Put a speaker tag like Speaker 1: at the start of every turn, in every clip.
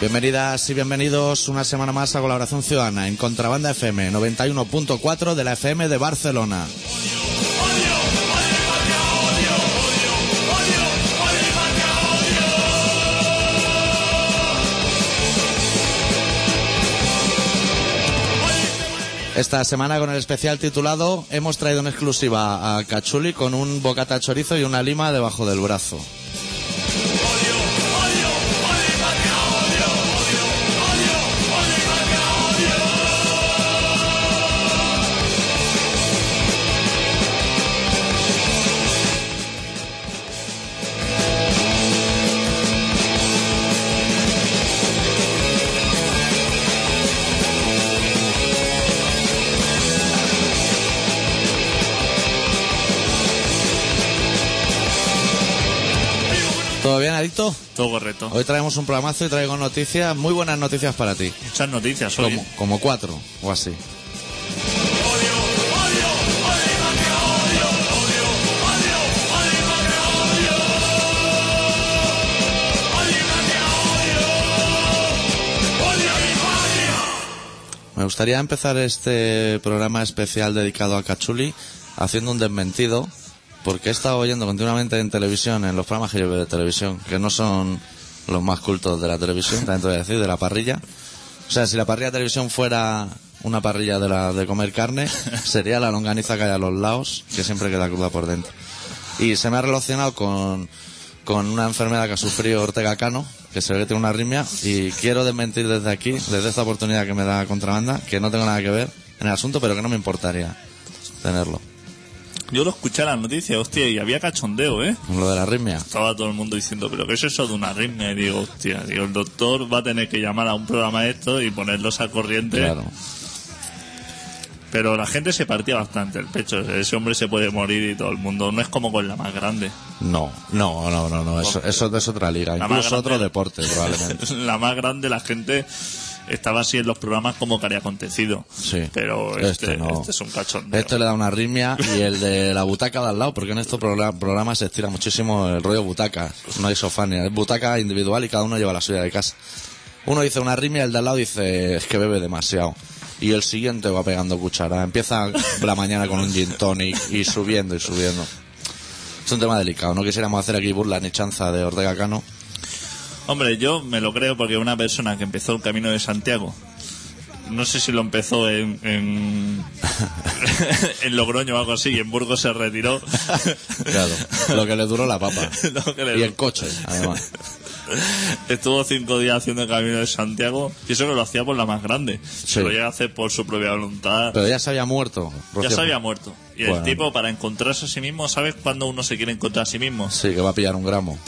Speaker 1: Bienvenidas y bienvenidos una semana más a Colaboración Ciudadana en Contrabanda FM 91.4 de la FM de Barcelona. Esta semana con el especial titulado hemos traído en exclusiva a Cachuli con un bocata chorizo y una lima debajo del brazo. ¿Todo bien, Adicto?
Speaker 2: Todo correcto.
Speaker 1: Hoy traemos un programazo y traigo noticias, muy buenas noticias para ti.
Speaker 2: Muchas noticias hoy.
Speaker 1: Como, como cuatro o así. Me gustaría empezar este programa especial dedicado a Cachuli haciendo un desmentido, porque he estado oyendo continuamente en televisión, en los programas que yo veo de televisión, que no son los más cultos de la televisión, también te voy a decir, de la parrilla. O sea, si la parrilla de televisión fuera una parrilla de, la, de comer carne, sería la longaniza que hay a los lados, que siempre queda cruda por dentro. Y se me ha relacionado con, con una enfermedad que ha sufrido Ortega Cano, que se ve que tiene una arritmia, y quiero desmentir desde aquí, desde esta oportunidad que me da Contrabanda, que no tengo nada que ver en el asunto, pero que no me importaría tenerlo.
Speaker 2: Yo lo escuché en las noticias, hostia, y había cachondeo, ¿eh?
Speaker 1: Lo de la arritmia.
Speaker 2: Estaba todo el mundo diciendo, pero ¿qué es eso de una arritmia? Y digo, hostia, digo, el doctor va a tener que llamar a un programa de esto y ponerlos a corriente.
Speaker 1: Claro.
Speaker 2: Pero la gente se partía bastante el pecho. Ese hombre se puede morir y todo el mundo. No es como con la más grande.
Speaker 1: No, no, no, no, no. Eso, eso es otra liga.
Speaker 2: La más
Speaker 1: Incluso
Speaker 2: grande.
Speaker 1: otro deporte, probablemente.
Speaker 2: la más grande, la gente estaba así en los programas como que había acontecido.
Speaker 1: Sí.
Speaker 2: Pero este,
Speaker 1: Este no.
Speaker 2: este es un cachondeo.
Speaker 1: Este le da una arritmia y el de la butaca de al lado, porque en estos progra- programas se estira muchísimo el rollo butaca. No hay sofá ni- es butaca individual y cada uno lleva la suya de casa. Uno dice una arritmia y el de al lado dice es que bebe demasiado. Y el siguiente va pegando cuchara. Empieza la mañana con un gin tonic y subiendo y subiendo. Es un tema delicado. No quisiéramos hacer aquí burla ni chanza de Ortega Cano.
Speaker 2: Hombre, yo me lo creo porque una persona que empezó el camino de Santiago, no sé si lo empezó en, en, en Logroño o algo así, y en Burgos se retiró.
Speaker 1: Claro. Lo que le duró la papa.
Speaker 2: Lo que le-
Speaker 1: Y el coche, además.
Speaker 2: Estuvo cinco días haciendo el camino de Santiago, y eso que lo hacía por la más grande. Se lo llega a hacer por su propia voluntad.
Speaker 1: Pero ya se había muerto.
Speaker 2: ya
Speaker 1: Rocío.
Speaker 2: se había muerto. Y
Speaker 1: Bueno.
Speaker 2: el tipo, para encontrarse a sí mismo, ¿sabes cuándo uno se quiere encontrar a sí mismo?
Speaker 1: Sí, que va a pillar un gramo.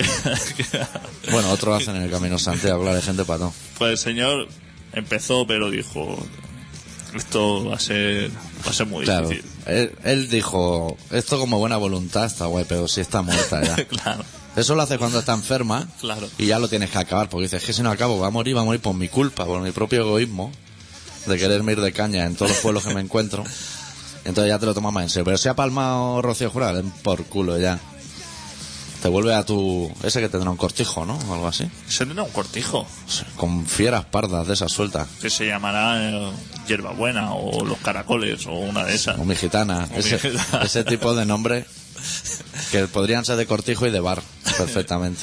Speaker 1: Bueno, otro lo hacen en el camino Santiago, claro, hay gente patón.
Speaker 2: Pues el señor empezó, pero dijo: Esto va a ser, va a ser muy
Speaker 1: Claro.
Speaker 2: difícil.
Speaker 1: Él, él dijo, esto como buena voluntad está guay, pero si está muerta ya.
Speaker 2: Claro.
Speaker 1: Eso lo hace cuando está enferma
Speaker 2: Claro.
Speaker 1: y ya lo tienes que acabar, porque dices, que si no acabo, va a morir, va a morir por mi culpa, por mi propio egoísmo de quererme ir de caña en todos los pueblos que me encuentro. Entonces ya te lo tomas más en serio. Pero si ha palmado Rocío Jurado, ven por culo ya. Te vuelve a tu... Ese que tendrá un cortijo, ¿no? O algo así.
Speaker 2: Se tendrá un cortijo
Speaker 1: Con fieras pardas de esas sueltas.
Speaker 2: que se llamará eh, Hierbabuena o Los Caracoles o una de esas.
Speaker 1: O mi gitana.
Speaker 2: O
Speaker 1: ese,
Speaker 2: mi gitana.
Speaker 1: ese tipo de nombre que podrían ser de cortijo y de bar, perfectamente.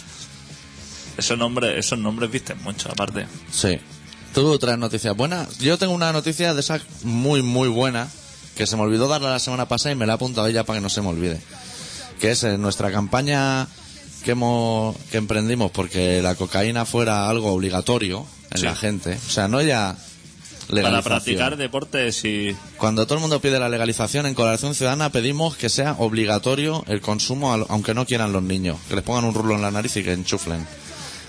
Speaker 2: Esos nombres, esos nombres visten mucho, aparte.
Speaker 1: Sí. ¿Tú traes noticias buenas? Yo tengo una noticia de esas muy, muy buena que se me olvidó darla la semana pasada y me la he apuntado ella para que no se me olvide. Que es eh, nuestra campaña que, hemos, que emprendimos porque la cocaína fuera algo obligatorio en
Speaker 2: Sí.
Speaker 1: la gente. O sea, no ya
Speaker 2: Para
Speaker 1: legalización.
Speaker 2: practicar deportes y
Speaker 1: Cuando todo el mundo pide la legalización en Colaboración Ciudadana pedimos que sea obligatorio el consumo, al- aunque no quieran los niños, que les pongan un rulo en la nariz y que enchuflen.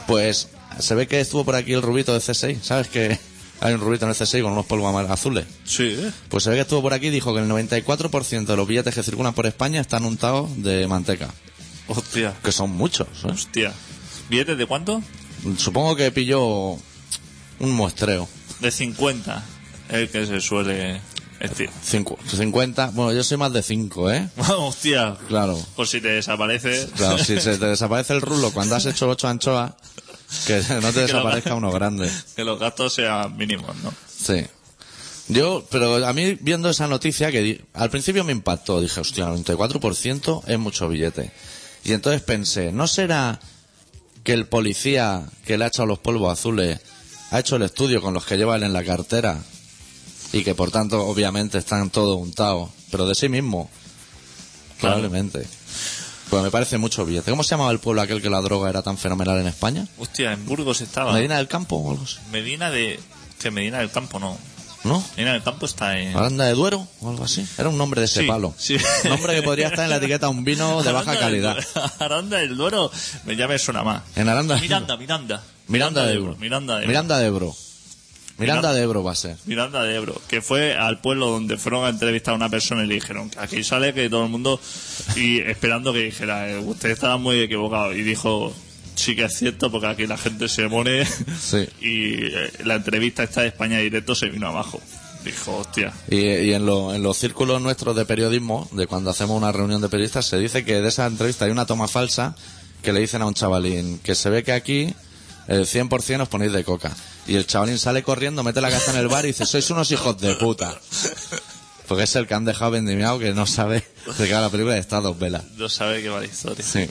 Speaker 1: Pues se ve que estuvo por aquí el rubito de C6, ¿sabes que hay un rubito en el C6 con unos polvos amar- azules?
Speaker 2: sí, ¿eh?
Speaker 1: Pues se ve que estuvo por aquí y dijo que el 94% de los billetes que circulan por España están untados de manteca,
Speaker 2: hostia,
Speaker 1: que son muchos. ¿eh?
Speaker 2: hostia. ¿Billetes de cuánto?
Speaker 1: Supongo que pilló un muestreo.
Speaker 2: De 50, el que se suele decir.
Speaker 1: Cincu- 50, bueno, yo soy más de 5, ¿eh?
Speaker 2: hostia,
Speaker 1: Claro.
Speaker 2: por si te desaparece.
Speaker 1: Claro, si se te desaparece el rulo cuando has hecho ocho anchoas, Que no te
Speaker 2: lo-
Speaker 1: desaparezca uno grande.
Speaker 2: que los gastos sean mínimos, ¿no?
Speaker 1: Sí. Yo, pero a mí viendo esa noticia que di- al principio me impactó, dije, hostia, 94% es mucho billete. Y entonces pensé, ¿no será que el policía que le ha echado los polvos azules ha hecho el estudio con los que lleva él en la cartera y que por tanto obviamente están todos untados, pero de sí mismo?
Speaker 2: Claro.
Speaker 1: Probablemente. Pues me parece mucho billete. ¿Cómo se llamaba el pueblo aquel que la droga era tan fenomenal en España?
Speaker 2: Hostia, en Burgos estaba.
Speaker 1: ¿Medina del Campo o algo así?
Speaker 2: Medina de... Que Medina del Campo no.
Speaker 1: ¿No?
Speaker 2: Medina del Campo está en...
Speaker 1: Aranda de Duero o algo así. Era un nombre de ese
Speaker 2: Sí,
Speaker 1: palo.
Speaker 2: sí.
Speaker 1: Un nombre que podría estar en la etiqueta un vino de baja
Speaker 2: Aranda del
Speaker 1: calidad.
Speaker 2: Duero- Aranda del Duero, me ya me suena más.
Speaker 1: En Aranda.
Speaker 2: Miranda, Miranda.
Speaker 1: Miranda de Ebro.
Speaker 2: Miranda de Ebro.
Speaker 1: Miranda de Ebro. Miranda de Ebro va a ser.
Speaker 2: Miranda de Ebro, que fue al pueblo donde fueron a entrevistar a una persona y le dijeron que aquí sale que todo el mundo y esperando que dijera eh, usted estaba muy equivocado y dijo sí que es cierto porque aquí la gente se pone
Speaker 1: Sí.
Speaker 2: y eh, la entrevista esta de España directo se vino abajo. Dijo, hostia,
Speaker 1: Y, y en, lo- en los círculos nuestros de periodismo, de cuando hacemos una reunión de periodistas, se dice que de esa entrevista hay una toma falsa que le dicen a un chavalín que se ve que aquí el 100% os ponéis de coca. Y el chavalín sale corriendo, mete la cabeza en el bar y dice, sois unos hijos de puta. Porque es el que han dejado vendimiado que no sabe de qué va la película y está a dos velas.
Speaker 2: no sabe qué va la historia.
Speaker 1: Sí.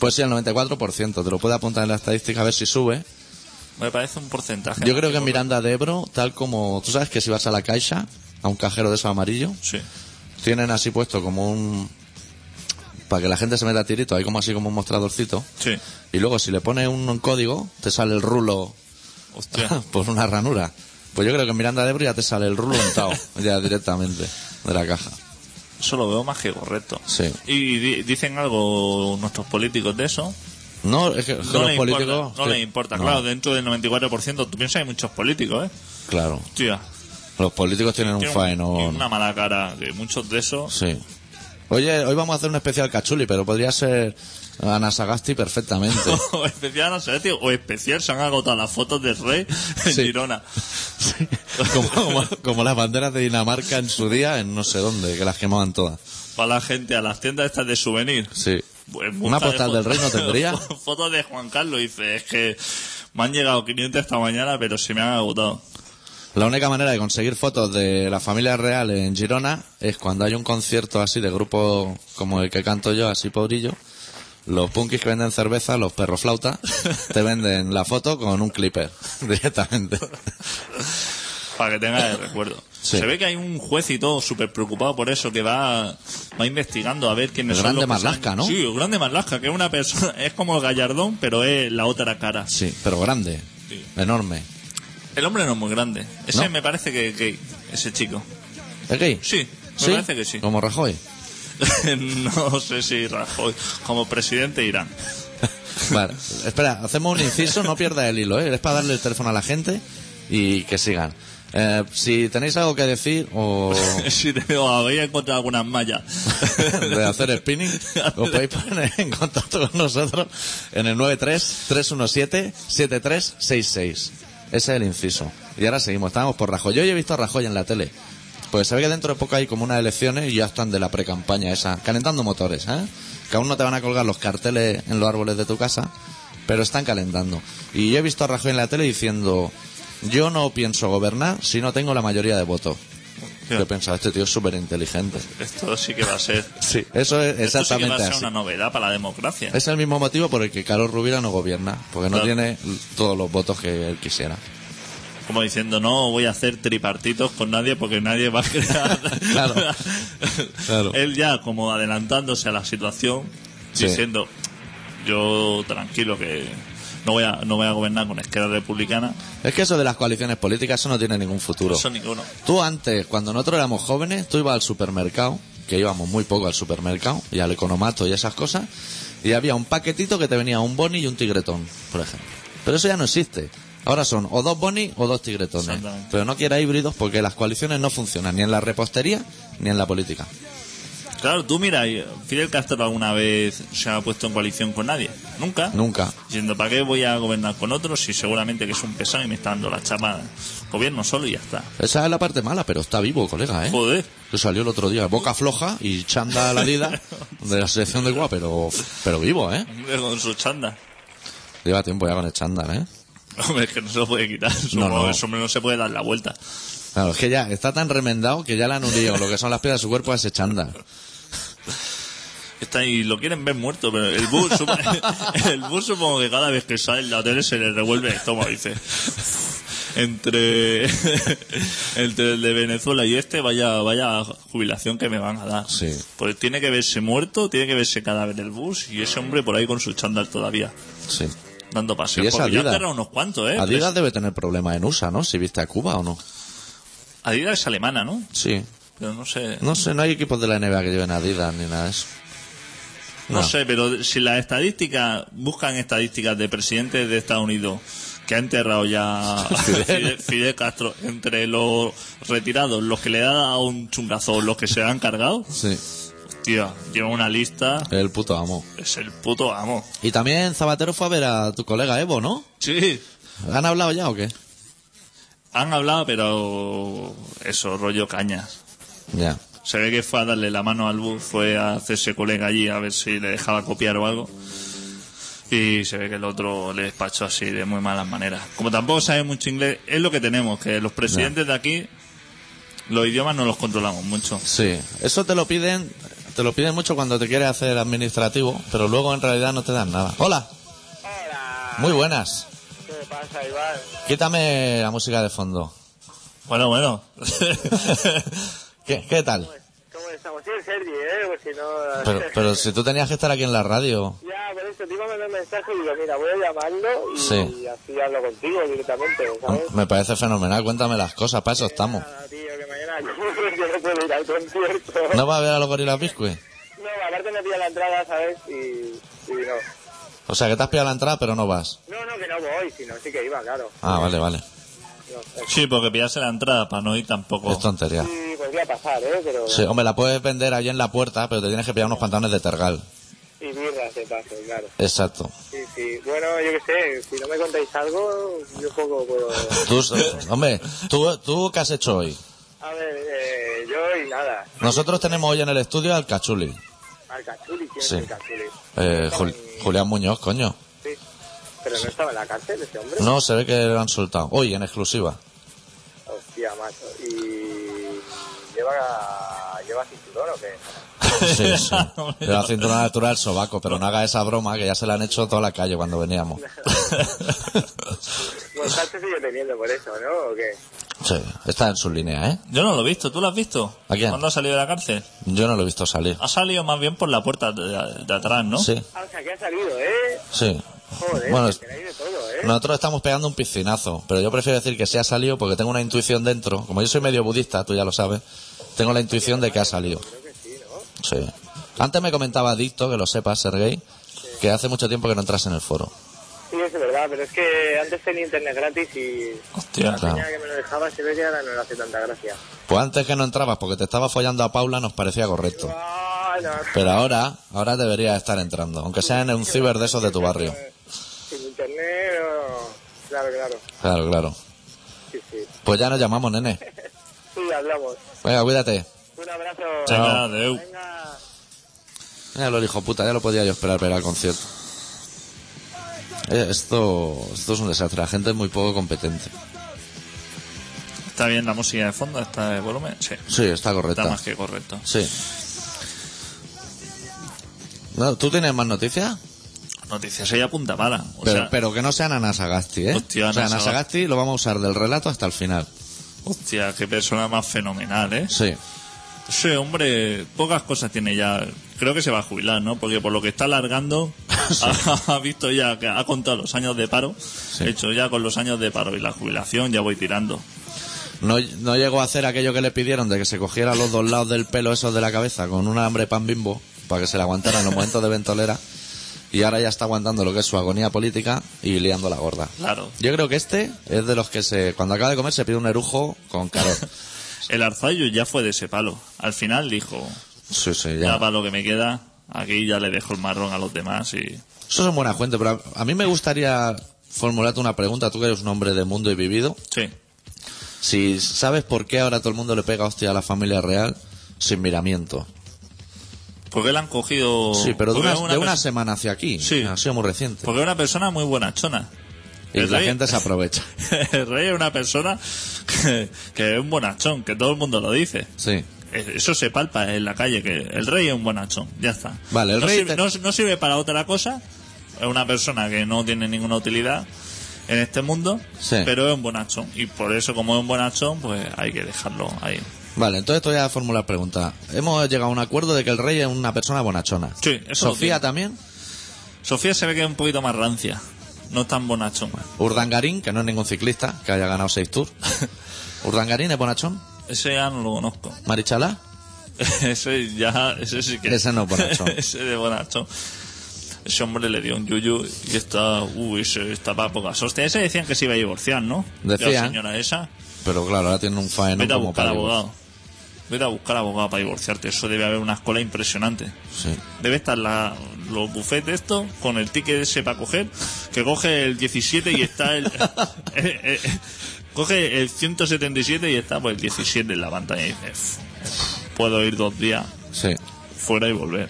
Speaker 1: Pues sí, el 94%. Te lo puede apuntar en la estadística a ver si sube.
Speaker 2: Me parece un porcentaje.
Speaker 1: Yo creo que en Miranda de Ebro, tal como tú sabes que si vas a la caixa, a un cajero de esos amarillo,
Speaker 2: Sí.
Speaker 1: tienen así puesto como un. para que la gente se meta a tirito, hay como así como un mostradorcito.
Speaker 2: Sí.
Speaker 1: Y luego si le pones un código, te sale el rulo
Speaker 2: Hostia.
Speaker 1: por una ranura. Pues yo creo que en Miranda de Ebro ya te sale el rulo untado, ya directamente de la caja.
Speaker 2: Eso lo veo más que correcto.
Speaker 1: Sí.
Speaker 2: ¿Y di- dicen algo nuestros políticos de eso?
Speaker 1: No, es que, es que
Speaker 2: No
Speaker 1: los
Speaker 2: les importa,
Speaker 1: políticos.
Speaker 2: no les importa.
Speaker 1: No,
Speaker 2: Claro, dentro del 94%, tú piensas que hay muchos políticos, ¿eh?
Speaker 1: Claro.
Speaker 2: Hostia.
Speaker 1: Los políticos tienen un
Speaker 2: tienen
Speaker 1: faenón.
Speaker 2: tienen una mala cara, que muchos de esos...
Speaker 1: Sí. Oye, hoy vamos a hacer un especial cachuli, pero podría ser Ana Sagasti perfectamente.
Speaker 2: O especial no sé, tío, o especial se han agotado las fotos del rey en
Speaker 1: Sí.
Speaker 2: Girona.
Speaker 1: como, como- como las banderas de Dinamarca en su día, en no sé dónde, que las quemaban todas.
Speaker 2: Para la gente, a las tiendas estas de souvenir.
Speaker 1: Sí.
Speaker 2: Pues,
Speaker 1: Una
Speaker 2: busca de
Speaker 1: postal del
Speaker 2: fotos-
Speaker 1: rey no tendría.
Speaker 2: fotos de Juan Carlos. y Dice, es que me han llegado 500 esta mañana, pero se me han agotado.
Speaker 1: La única manera de conseguir fotos de la familia real en Girona es cuando hay un concierto así de grupo como el que canto yo, así pobrillo. Los punkis que venden cerveza, los perroflautas, te venden la foto con un clipper directamente.
Speaker 2: Para que tengas el recuerdo.
Speaker 1: Sí.
Speaker 2: Se ve que hay un juez y todo súper preocupado por eso, que va, va investigando a ver quiénes
Speaker 1: El
Speaker 2: son
Speaker 1: grande
Speaker 2: los que se han-
Speaker 1: Marlaska, ¿no?
Speaker 2: Sí, el grande Marlaska, que es una persona, es como el Gallardón, pero es la otra cara.
Speaker 1: Sí, pero grande,
Speaker 2: Sí.
Speaker 1: enorme.
Speaker 2: El hombre no es muy grande. Ese
Speaker 1: ¿No?
Speaker 2: me parece que es gay, ese chico.
Speaker 1: ¿Es gay?
Speaker 2: Sí, me
Speaker 1: ¿Sí?
Speaker 2: parece que sí.
Speaker 1: Como Rajoy.
Speaker 2: no sé si Rajoy, como presidente de Irán.
Speaker 1: Vale, espera, hacemos un inciso, no pierdas el hilo, ¿eh? es para darle el teléfono a la gente y que sigan. Eh, si tenéis algo que decir o
Speaker 2: si te digo, habéis encontrado algunas mallas.
Speaker 1: de hacer spinning, os podéis poner en contacto con nosotros en el 93-317-7366. Ese es el inciso. Y ahora seguimos, estábamos por Rajoy. Yo hoy he visto a Rajoy en la tele. Pues se ve que dentro de poco hay como unas elecciones y ya están de la pre-campaña esa, calentando motores, ¿eh? Que aún no te van a colgar los carteles en los árboles de tu casa, pero están calentando. Y yo he visto a Rajoy en la tele diciendo, yo no pienso gobernar si no tengo la mayoría de votos. Yo he pensado, este tío es súper inteligente.
Speaker 2: Esto sí que va a ser.
Speaker 1: Sí, eso es
Speaker 2: Esto sí que
Speaker 1: exactamente
Speaker 2: va a ser
Speaker 1: así.
Speaker 2: una novedad para la democracia.
Speaker 1: Es el mismo motivo por el que Carlos Rubira no gobierna, porque no
Speaker 2: Claro.
Speaker 1: tiene l- todos los votos que él quisiera.
Speaker 2: Como diciendo, no voy a hacer tripartitos con nadie porque nadie va a crear.
Speaker 1: Claro, claro.
Speaker 2: Él ya como adelantándose a la situación,
Speaker 1: Sí.
Speaker 2: diciendo, yo tranquilo que no voy a, no voy a gobernar con Esquerra Republicana.
Speaker 1: Es que eso de las coaliciones políticas, eso no tiene ningún futuro.
Speaker 2: Eso ninguno.
Speaker 1: Tú antes, cuando nosotros éramos jóvenes, tú ibas al supermercado, que íbamos muy poco al supermercado, y al economato y esas cosas, y había un paquetito que te venía un boni y un tigretón, por ejemplo. Pero eso ya no existe. Ahora son o dos bonis o dos tigretones.
Speaker 2: Exactamente.
Speaker 1: Pero no quiera híbridos porque las coaliciones no funcionan ni en la repostería ni en la política.
Speaker 2: Claro, tú mira, Fidel Castro alguna vez se ha puesto en coalición con nadie. Nunca.
Speaker 1: Nunca.
Speaker 2: Diciendo, ¿para qué voy a gobernar con otros si seguramente que es un pesado y me está dando la chapa? Gobierno solo y ya está.
Speaker 1: Esa es la parte mala, pero está vivo, colega, ¿eh?
Speaker 2: Joder.
Speaker 1: Que salió el otro día, boca floja y chanda la vida de la selección de Guá, pero, pero vivo, ¿eh?
Speaker 2: Hombre, con su chanda.
Speaker 1: Lleva tiempo ya con el chándal, ¿eh?
Speaker 2: Hombre, es que no se lo puede quitar. Supongo
Speaker 1: no.
Speaker 2: que Eso hombre no se puede dar la vuelta.
Speaker 1: Claro, es que ya está tan remendado que ya le han unido lo que son las piedras de su cuerpo a ese chándal.
Speaker 2: Está ahí, lo quieren ver muerto, pero el bus, supo- el bus supongo que cada vez que sale en la tele se le revuelve el estómago, dice. Entre, entre el de Venezuela y este, vaya, vaya jubilación que me van a dar.
Speaker 1: Sí.
Speaker 2: Pues tiene que verse muerto, tiene que verse cadáver el bus y ese hombre por ahí con su chándal todavía,
Speaker 1: Sí.
Speaker 2: dando
Speaker 1: Y
Speaker 2: paseos.
Speaker 1: es
Speaker 2: Porque ya han
Speaker 1: Adidas.
Speaker 2: tardado unos cuantos, ¿eh?
Speaker 1: Adidas debe tener problemas en USA, ¿no? Si viste a Cuba o no.
Speaker 2: Pues, Adidas es alemana, ¿no?
Speaker 1: Sí.
Speaker 2: Pero no sé.
Speaker 1: No sé, no hay equipos de la NBA que lleven Adidas ni nada de eso.
Speaker 2: No,
Speaker 1: No.
Speaker 2: sé, pero si las estadísticas buscan estadísticas de presidentes de Estados Unidos que ha enterrado ya a Fidel, Fidel Castro entre los retirados, los que le da un chungazo, los que se han cargado,
Speaker 1: Sí.
Speaker 2: tío, lleva una lista,
Speaker 1: El puto amo.
Speaker 2: es el puto amo.
Speaker 1: Y también Zapatero fue a ver a tu colega Evo, ¿no?
Speaker 2: Sí,
Speaker 1: ¿Han hablado ya o qué?
Speaker 2: han hablado, pero eso, rollo cañas.
Speaker 1: Ya.
Speaker 2: Se ve que fue a darle la mano al bus, fue a hacerse colega allí a ver si le dejaba copiar o algo. Y se ve que el otro le despachó así de muy malas maneras. Como tampoco sabe mucho inglés, es lo que tenemos, que los presidentes de aquí, los idiomas no los controlamos mucho.
Speaker 1: Sí. Eso te lo piden, te lo piden mucho cuando te quieres hacer administrativo, pero luego en realidad no te dan nada. Hola,
Speaker 3: Hola.
Speaker 1: muy buenas.
Speaker 3: ¿Qué pasa, Iván?
Speaker 1: Quítame la música de fondo.
Speaker 2: Bueno, bueno.
Speaker 1: ¿Qué, qué tal?
Speaker 3: ¿Cómo estamos? Sí, Sergi, ¿eh? Pues si no...
Speaker 1: Pero, pero si tú tenías que estar aquí en la radio.
Speaker 3: Ya, este por eso te iba a mandar un mensaje y digo, mira, voy a llamarlo y,
Speaker 1: Sí.
Speaker 3: así hablo contigo directamente, ¿sabes?
Speaker 1: Me parece fenomenal, cuéntame las cosas, para eso estamos.
Speaker 3: Nada, tío, que mañana yo no puedo ir al concierto. No,
Speaker 1: ¿No va a ver a los gorilas biscuit?
Speaker 3: aparte me pilla la entrada, ¿sabes? Y, y no.
Speaker 1: O sea, que te has pillado la entrada pero no vas.
Speaker 3: No, no, que no voy, sino sí que iba, claro.
Speaker 1: Ah, vale, vale.
Speaker 3: No, eso
Speaker 2: sí, porque pillase la entrada para no ir tampoco.
Speaker 1: Es tontería.
Speaker 3: sí podría pasar, ¿eh? Pero...
Speaker 1: Sí, hombre, la puedes vender ahí en la puerta, pero te tienes que pillar unos pantalones de tergal.
Speaker 3: Y birras de paso, claro.
Speaker 1: Exacto.
Speaker 3: Sí, sí. Bueno, yo qué sé, si no me contáis algo, yo poco puedo...
Speaker 1: Tú, hombre, ¿tú, ¿tú qué has hecho hoy?
Speaker 3: A ver, eh, yo y nada.
Speaker 1: Nosotros tenemos hoy en el estudio al Cachuli.
Speaker 3: Al Cachuli, ¿quién
Speaker 1: Sí.
Speaker 3: es el Cachuli?
Speaker 1: Eh,
Speaker 3: Estaba
Speaker 1: Jul-
Speaker 3: en-
Speaker 1: Julián Muñoz, coño.
Speaker 3: sí. Pero no estaba en la cárcel ese hombre.
Speaker 1: No, se ve que lo han soltado. Hoy, en exclusiva.
Speaker 3: Hostia, macho. Y. Lleva, lleva cinturón o qué?
Speaker 1: Sí, sí. Lleva cinturón natural sobaco, pero no haga esa broma que ya se la han hecho toda la calle cuando veníamos.
Speaker 3: Bueno, Sánchez sigue teniendo por eso, ¿no? ¿O qué?
Speaker 1: Sí, está en su línea, ¿eh?
Speaker 2: Yo no lo he visto, ¿tú lo has visto?
Speaker 1: ¿A quién?
Speaker 2: ¿Cuándo ha salido de la cárcel?
Speaker 1: Yo no lo he visto salir.
Speaker 2: Ha salido más bien por la puerta de, de atrás, Ah, ¿no?
Speaker 1: Sí,
Speaker 3: Ah, o sea, que ha salido, ¿eh?
Speaker 1: sí.
Speaker 3: Joder,
Speaker 1: Bueno,
Speaker 3: que
Speaker 1: es-
Speaker 3: tenéis de todo, ¿eh?
Speaker 1: Nosotros estamos pegando un piscinazo, pero yo prefiero decir que sí ha salido porque tengo una intuición dentro. Como yo soy medio budista, tú ya lo sabes, tengo la intuición de que ha salido. Sí. Antes me comentaba Dicto, que lo sepas, Sergey, que hace mucho tiempo que no entras en el foro.
Speaker 3: Sí, es verdad, pero es que antes tenía internet gratis y.
Speaker 2: Hostia.
Speaker 3: La
Speaker 1: Claro.
Speaker 3: peña que me lo dejaba se ve que ahora no le hace tanta gracia.
Speaker 1: Pues antes que no entrabas porque te estaba follando a Paula nos parecía correcto.
Speaker 3: Ah, no.
Speaker 1: Pero ahora, ahora deberías estar entrando, aunque sea en un ciber de esos de tu barrio.
Speaker 3: Sin internet, no. Claro, claro.
Speaker 1: Claro, claro.
Speaker 3: Sí, sí.
Speaker 1: Pues ya nos llamamos, nene.
Speaker 3: Sí, hablamos.
Speaker 1: Venga, cuídate.
Speaker 3: Un abrazo.
Speaker 2: Venga, adeu.
Speaker 3: Venga.
Speaker 1: Ya lo dijo puta, ya lo podía yo esperar para ir al concierto. Eh, Esto, esto es un desastre, la gente es muy poco competente.
Speaker 2: Está bien la música de fondo, está de volumen. Sí,
Speaker 1: Sí, está
Speaker 2: está
Speaker 1: correcta.
Speaker 2: más que correcto.
Speaker 1: Sí. No, ¿Tú tienes más noticias?
Speaker 2: Noticias ella punta para. O
Speaker 1: Pero,
Speaker 2: sea,
Speaker 1: pero que no sean Ana Sagasti, ¿eh?
Speaker 2: Hostia,
Speaker 1: o sea,
Speaker 2: Ana
Speaker 1: Ana Sagasti lo vamos a usar del relato hasta el final.
Speaker 2: hostia, qué persona más fenomenal, ¿eh?
Speaker 1: Sí.
Speaker 2: Ese hombre, pocas cosas tiene ya. Creo que se va a jubilar, ¿no? Porque por lo que está alargando, ha, ha visto ya, que ha contado los años de paro. De hecho, ya con los años de paro y la jubilación ya voy tirando.
Speaker 1: No, no llegó a hacer aquello que le pidieron de que se cogiera los dos lados del pelo esos de la cabeza con un alambre pan bimbo para que se le aguantara en los momentos de ventolera. Y ahora ya está aguantando lo que es su agonía política y liando la gorda.
Speaker 2: Claro.
Speaker 1: Yo creo que este es de los que se cuando acaba de comer se pide un erujo con carot.
Speaker 2: El Arzallo ya fue de ese palo. Al final dijo,
Speaker 1: Sí, sí,
Speaker 2: ya
Speaker 1: ya.
Speaker 2: para lo que me queda, aquí ya le dejo el marrón a los demás y...
Speaker 1: Eso son buenas cuentas, pero a, a mí me gustaría formularte una pregunta, tú que eres un hombre de mundo y vivido.
Speaker 2: Sí.
Speaker 1: Si sabes por qué ahora todo el mundo le pega hostia a la familia real sin miramiento.
Speaker 2: Porque la han cogido.
Speaker 1: Sí, pero de
Speaker 2: Oh, porque
Speaker 1: una,
Speaker 2: es
Speaker 1: de una
Speaker 2: perso-
Speaker 1: semana hacia aquí.
Speaker 2: Sí.
Speaker 1: Ha sido muy reciente.
Speaker 2: Porque es una persona muy bonachona.
Speaker 1: y
Speaker 2: El
Speaker 1: la
Speaker 2: rey-
Speaker 1: gente se aprovecha.
Speaker 2: el rey es una persona que, que es un bonachón, que todo el mundo lo dice.
Speaker 1: Sí.
Speaker 2: Eso se palpa en la calle, que el rey es un bonachón, ya está.
Speaker 1: Vale, el
Speaker 2: no,
Speaker 1: rey
Speaker 2: sirve,
Speaker 1: te-
Speaker 2: no- no sirve para otra cosa, es una persona que no tiene ninguna utilidad en este mundo,
Speaker 1: Sí.
Speaker 2: pero es un bonachón. Y por eso, como es un bonachón, pues hay que dejarlo ahí.
Speaker 1: Vale, entonces te voy a formular pregunta. Hemos llegado a un acuerdo de que el rey es una persona bonachona.
Speaker 2: Sí, eso lo
Speaker 1: Sofía
Speaker 2: tiene.
Speaker 1: también.
Speaker 2: Sofía se ve que es un poquito más rancia, no es tan bonachón.
Speaker 1: Urdangarín, que no es ningún ciclista, que haya ganado seis tours. Urdangarín es bonachón.
Speaker 2: Ese ya no lo conozco.
Speaker 1: Marichalá.
Speaker 2: Ese ya, ese sí que.
Speaker 1: Ese no es bonachón.
Speaker 2: ese de bonachón. Ese hombre le dio un yuyu y está. Uy, se estaba pocas hostias. Ese decían que se iba a divorciar, ¿no?
Speaker 1: Decían.
Speaker 2: La señora esa.
Speaker 1: Pero claro, ahora tiene un faenón
Speaker 2: Vete a
Speaker 1: como
Speaker 2: buscar
Speaker 1: para
Speaker 2: abogado. Vete a buscar abogado para divorciarte. Eso debe haber una escuela impresionante.
Speaker 1: Sí.
Speaker 2: Debe estar la, los bufetes estos con el ticket ese para coger, que coge el 17 y está el. eh, eh, eh, coge el 177 y está pues el 17 en la pantalla. Y dice, "Uf, puedo ir dos días
Speaker 1: Sí.
Speaker 2: fuera y volver.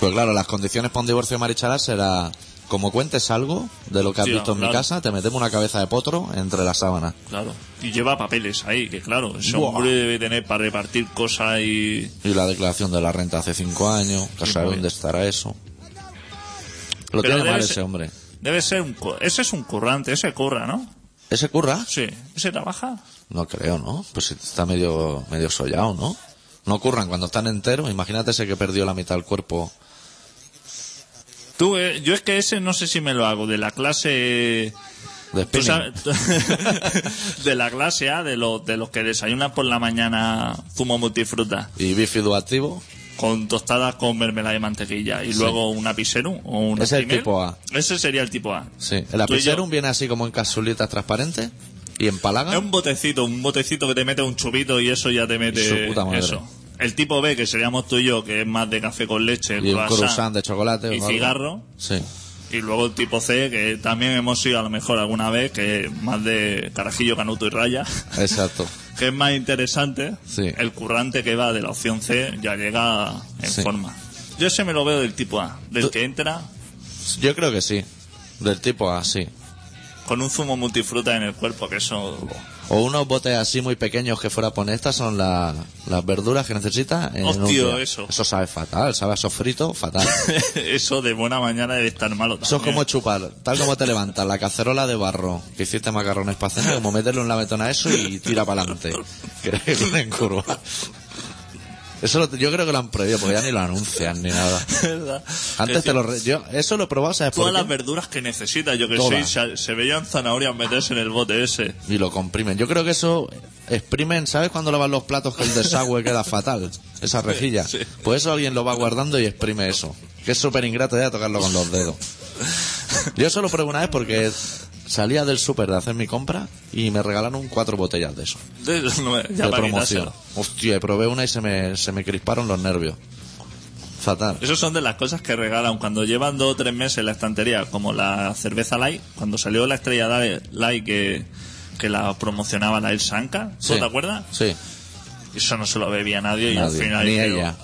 Speaker 1: Pues claro, las condiciones para un divorcio de Marichalá será como cuentes algo de lo que has
Speaker 2: Sí,
Speaker 1: visto en mi
Speaker 2: claro.
Speaker 1: casa, te metemos una cabeza de potro entre las sábanas.
Speaker 2: Claro. Y lleva papeles ahí, que claro, ese
Speaker 1: Buah.
Speaker 2: hombre debe tener para repartir cosas y.
Speaker 1: Y la declaración de la renta hace cinco años, que
Speaker 2: Sí,
Speaker 1: sabe
Speaker 2: muy
Speaker 1: dónde estará eso.
Speaker 2: Pero
Speaker 1: Lo tiene
Speaker 2: debe
Speaker 1: mal
Speaker 2: ser-
Speaker 1: ese hombre.
Speaker 2: Debe ser un. cu- Ese es un currante, ese curra, ¿no?
Speaker 1: ¿Ese curra?
Speaker 2: Sí. Ese trabaja.
Speaker 1: No creo, ¿no? Pues si está medio, medio sollado, ¿no? No curran cuando están enteros. Imagínate ese que perdió la mitad del cuerpo.
Speaker 2: Tú, eh, yo es que ese no sé si me lo hago, de la clase.
Speaker 1: De
Speaker 2: Tú
Speaker 1: spinning.
Speaker 2: sabes- de la clase A, de los, de los que desayunan por la mañana zumo multifruta,
Speaker 1: Y bífido activo.
Speaker 2: con tostadas con mermelada y mantequilla, y luego un apiserum o un
Speaker 1: Ese es el
Speaker 2: rimel.
Speaker 1: tipo A.
Speaker 2: Ese sería el tipo A.
Speaker 1: Sí.
Speaker 2: Tú y
Speaker 1: El
Speaker 2: yo-
Speaker 1: apiserum viene así como en capsulitas transparentes. Y
Speaker 2: Es
Speaker 1: empalaga.
Speaker 2: un botecito, un botecito que te mete un chupito y eso ya te mete
Speaker 1: su puta madre.
Speaker 2: eso. El tipo B, que seríamos tú y yo, que es más de café con leche,
Speaker 1: Y un
Speaker 2: croissant,
Speaker 1: cruzán de chocolate. o
Speaker 2: y
Speaker 1: algo.
Speaker 2: cigarro.
Speaker 1: Sí.
Speaker 2: Y luego el tipo C, que también hemos ido a lo mejor alguna vez, que es más de carajillo, canuto y raya.
Speaker 1: Exacto.
Speaker 2: que es más interesante,
Speaker 1: Sí.
Speaker 2: el currante que va de la opción C ya llega en
Speaker 1: Sí.
Speaker 2: forma. Yo ese me lo veo del tipo A, del
Speaker 1: Tú-
Speaker 2: que entra
Speaker 1: Yo creo que sí. Del tipo A, sí.
Speaker 2: con un zumo multifruta en el cuerpo, que eso...
Speaker 1: O unos botes así muy pequeños que fuera a poner. Estas son la- las verduras que necesitas. en un
Speaker 2: Hostia,
Speaker 1: día.
Speaker 2: eso.
Speaker 1: Eso sabe fatal. Sabe a sofrito, fatal.
Speaker 2: eso de buena mañana debe estar malo también.
Speaker 1: Eso es como chupar, tal como te levantas la cacerola de barro que hiciste macarrones para cenar, como meterle un lavetón a eso y tira para adelante. Que no en curva. Eso lo- yo creo que lo han prohibido porque ya ni lo anuncian ni nada.
Speaker 2: ¿Verdad?
Speaker 1: Antes
Speaker 2: Es
Speaker 1: te
Speaker 2: decir,
Speaker 1: lo re- yo eso lo he probado, ¿sabes por
Speaker 2: Todas las
Speaker 1: qué?
Speaker 2: verduras que necesita, yo que
Speaker 1: Todas.
Speaker 2: sé, se, se veían zanahorias meterse en el bote ese.
Speaker 1: Y lo comprimen. Yo creo que eso exprimen, ¿sabes cuando lavan los platos que el desagüe queda fatal? Esa rejilla.
Speaker 2: Sí.
Speaker 1: Pues eso alguien lo va guardando y exprime eso. Que es súper ingrato ya tocarlo con los dedos. Yo eso lo probé una vez porque salía del súper de hacer mi compra y me regalaron cuatro botellas de eso.
Speaker 2: De, no, ya
Speaker 1: de
Speaker 2: para
Speaker 1: promoción.
Speaker 2: quitárselo.
Speaker 1: Hostia, y probé una y se me, se me crisparon los nervios. Fatal.
Speaker 2: Esas son de las cosas que regalan cuando llevan dos o tres meses en la estantería, como la cerveza light, cuando salió la estrella light que, que la promocionaba la El Sanka, ¿tú
Speaker 1: Sí.
Speaker 2: te acuerdas?
Speaker 1: Sí.
Speaker 2: Eso no se lo bebía nadie,
Speaker 1: Nadie,
Speaker 2: y al final
Speaker 1: ni
Speaker 2: digo,
Speaker 1: ella.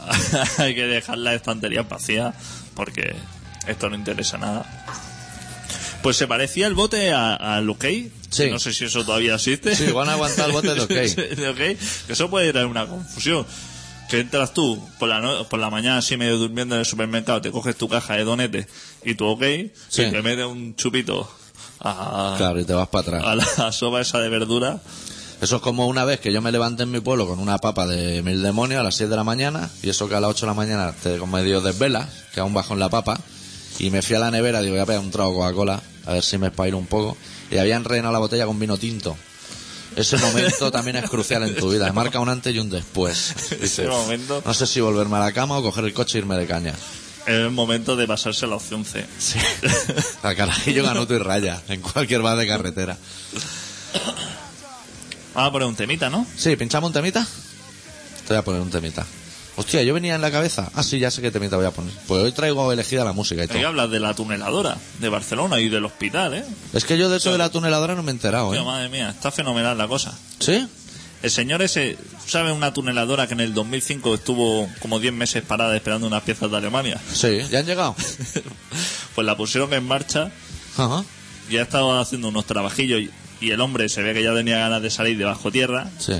Speaker 2: hay que dejar la estantería vacía porque esto no interesa nada. Pues se parecía el bote a, a OK.
Speaker 1: Sí.
Speaker 2: No sé si eso todavía existe.
Speaker 1: Sí, van a aguantar el bote de OK.
Speaker 2: de OK. Que eso puede traer una confusión. Que entras tú por la, no- por la mañana así medio durmiendo en el supermercado, te coges tu caja de donetes y tu OK
Speaker 1: Sí.
Speaker 2: y te metes un chupito a,
Speaker 1: Claro, y te vas para atrás.
Speaker 2: a la sopa esa de verdura.
Speaker 1: Eso es como una vez que yo me levanté en mi pueblo con una papa de mil demonios a las 6 de la mañana, y eso que a las 8 de la mañana te con medio desvela, que aún bajo en la papa, y me fui a la nevera, digo, voy a pegar un trago de Coca-Cola, a ver si me espairo un poco, y habían rellenado la botella con vino tinto. Ese momento también es crucial en tu vida, marca un antes y un después.
Speaker 2: Ese momento.
Speaker 1: No sé si volverme a la cama o coger el coche e irme de caña.
Speaker 2: Es el momento de pasarse a la opción C.
Speaker 1: A carajillo ganuto y raya, en cualquier bar de carretera.
Speaker 2: Vamos a poner Ah, un temita, ¿no?
Speaker 1: Sí, pinchamos un temita. Te voy a poner un temita. Hostia, yo venía en la cabeza. Ah, sí, ya sé qué temita voy a poner. Pues hoy traigo elegida la música y
Speaker 2: Hay que
Speaker 1: todo.
Speaker 2: hablar de la tuneladora de Barcelona y del hospital, ¿eh?
Speaker 1: Es que yo de eso de la tuneladora no me he enterado,
Speaker 2: Tío,
Speaker 1: ¿eh?
Speaker 2: madre mía, está fenomenal la cosa.
Speaker 1: ¿Sí?
Speaker 2: El señor ese, ¿sabe una tuneladora que en el 2005 estuvo como 10 meses parada esperando unas piezas de Alemania?
Speaker 1: Sí, ya han llegado.
Speaker 2: pues la pusieron en marcha,
Speaker 1: Ajá.
Speaker 2: ya estaba haciendo unos trabajillos y- y el hombre se ve que ya tenía ganas de salir de bajo tierra
Speaker 1: Sí.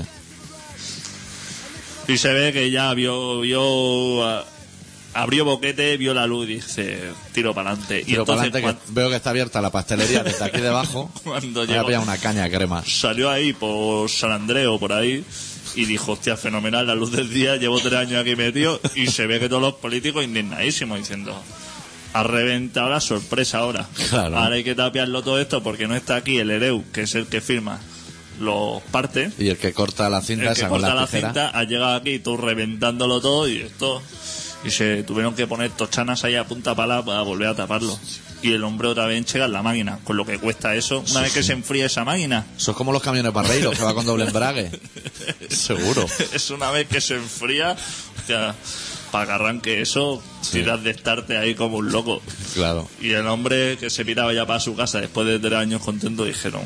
Speaker 2: y se ve que ya vio, vio, ah, abrió boquete, vio la luz y dice, tiro para adelante. Y
Speaker 1: Pero para
Speaker 2: entonces
Speaker 1: adelante que veo que está abierta la pastelería desde aquí debajo.
Speaker 2: cuan- cuando
Speaker 1: Voy a
Speaker 2: llegó,
Speaker 1: pillar una caña de crema.
Speaker 2: salió ahí por San Andreo, por ahí, y dijo, hostia, fenomenal, la luz del día, llevo tres años aquí metido, y se ve que todos los políticos indignadísimos diciendo, ha reventado la sorpresa ahora.
Speaker 1: Claro.
Speaker 2: Ahora hay que tapiarlo todo esto porque no está aquí el Ereu, que es el que firma los partes,
Speaker 1: Y el que corta la cinta
Speaker 2: el que
Speaker 1: esa con
Speaker 2: corta
Speaker 1: la
Speaker 2: la
Speaker 1: tijera.
Speaker 2: cinta, ha llegado aquí, tú reventándolo todo y esto... Y se tuvieron que poner tochanas ahí a punta pala para volver a taparlo. Y el hombre otra vez llega en la máquina, con lo que cuesta eso. Una vez que se enfría esa máquina,
Speaker 1: Eso es como los camiones barreiros que va con doble embrague. Seguro.
Speaker 2: es una vez que se enfría, hostia, para que arranque eso, tiras de estarte ahí como un loco.
Speaker 1: Claro.
Speaker 2: Y el hombre que se piraba ya para su casa después de tres años contento dijeron,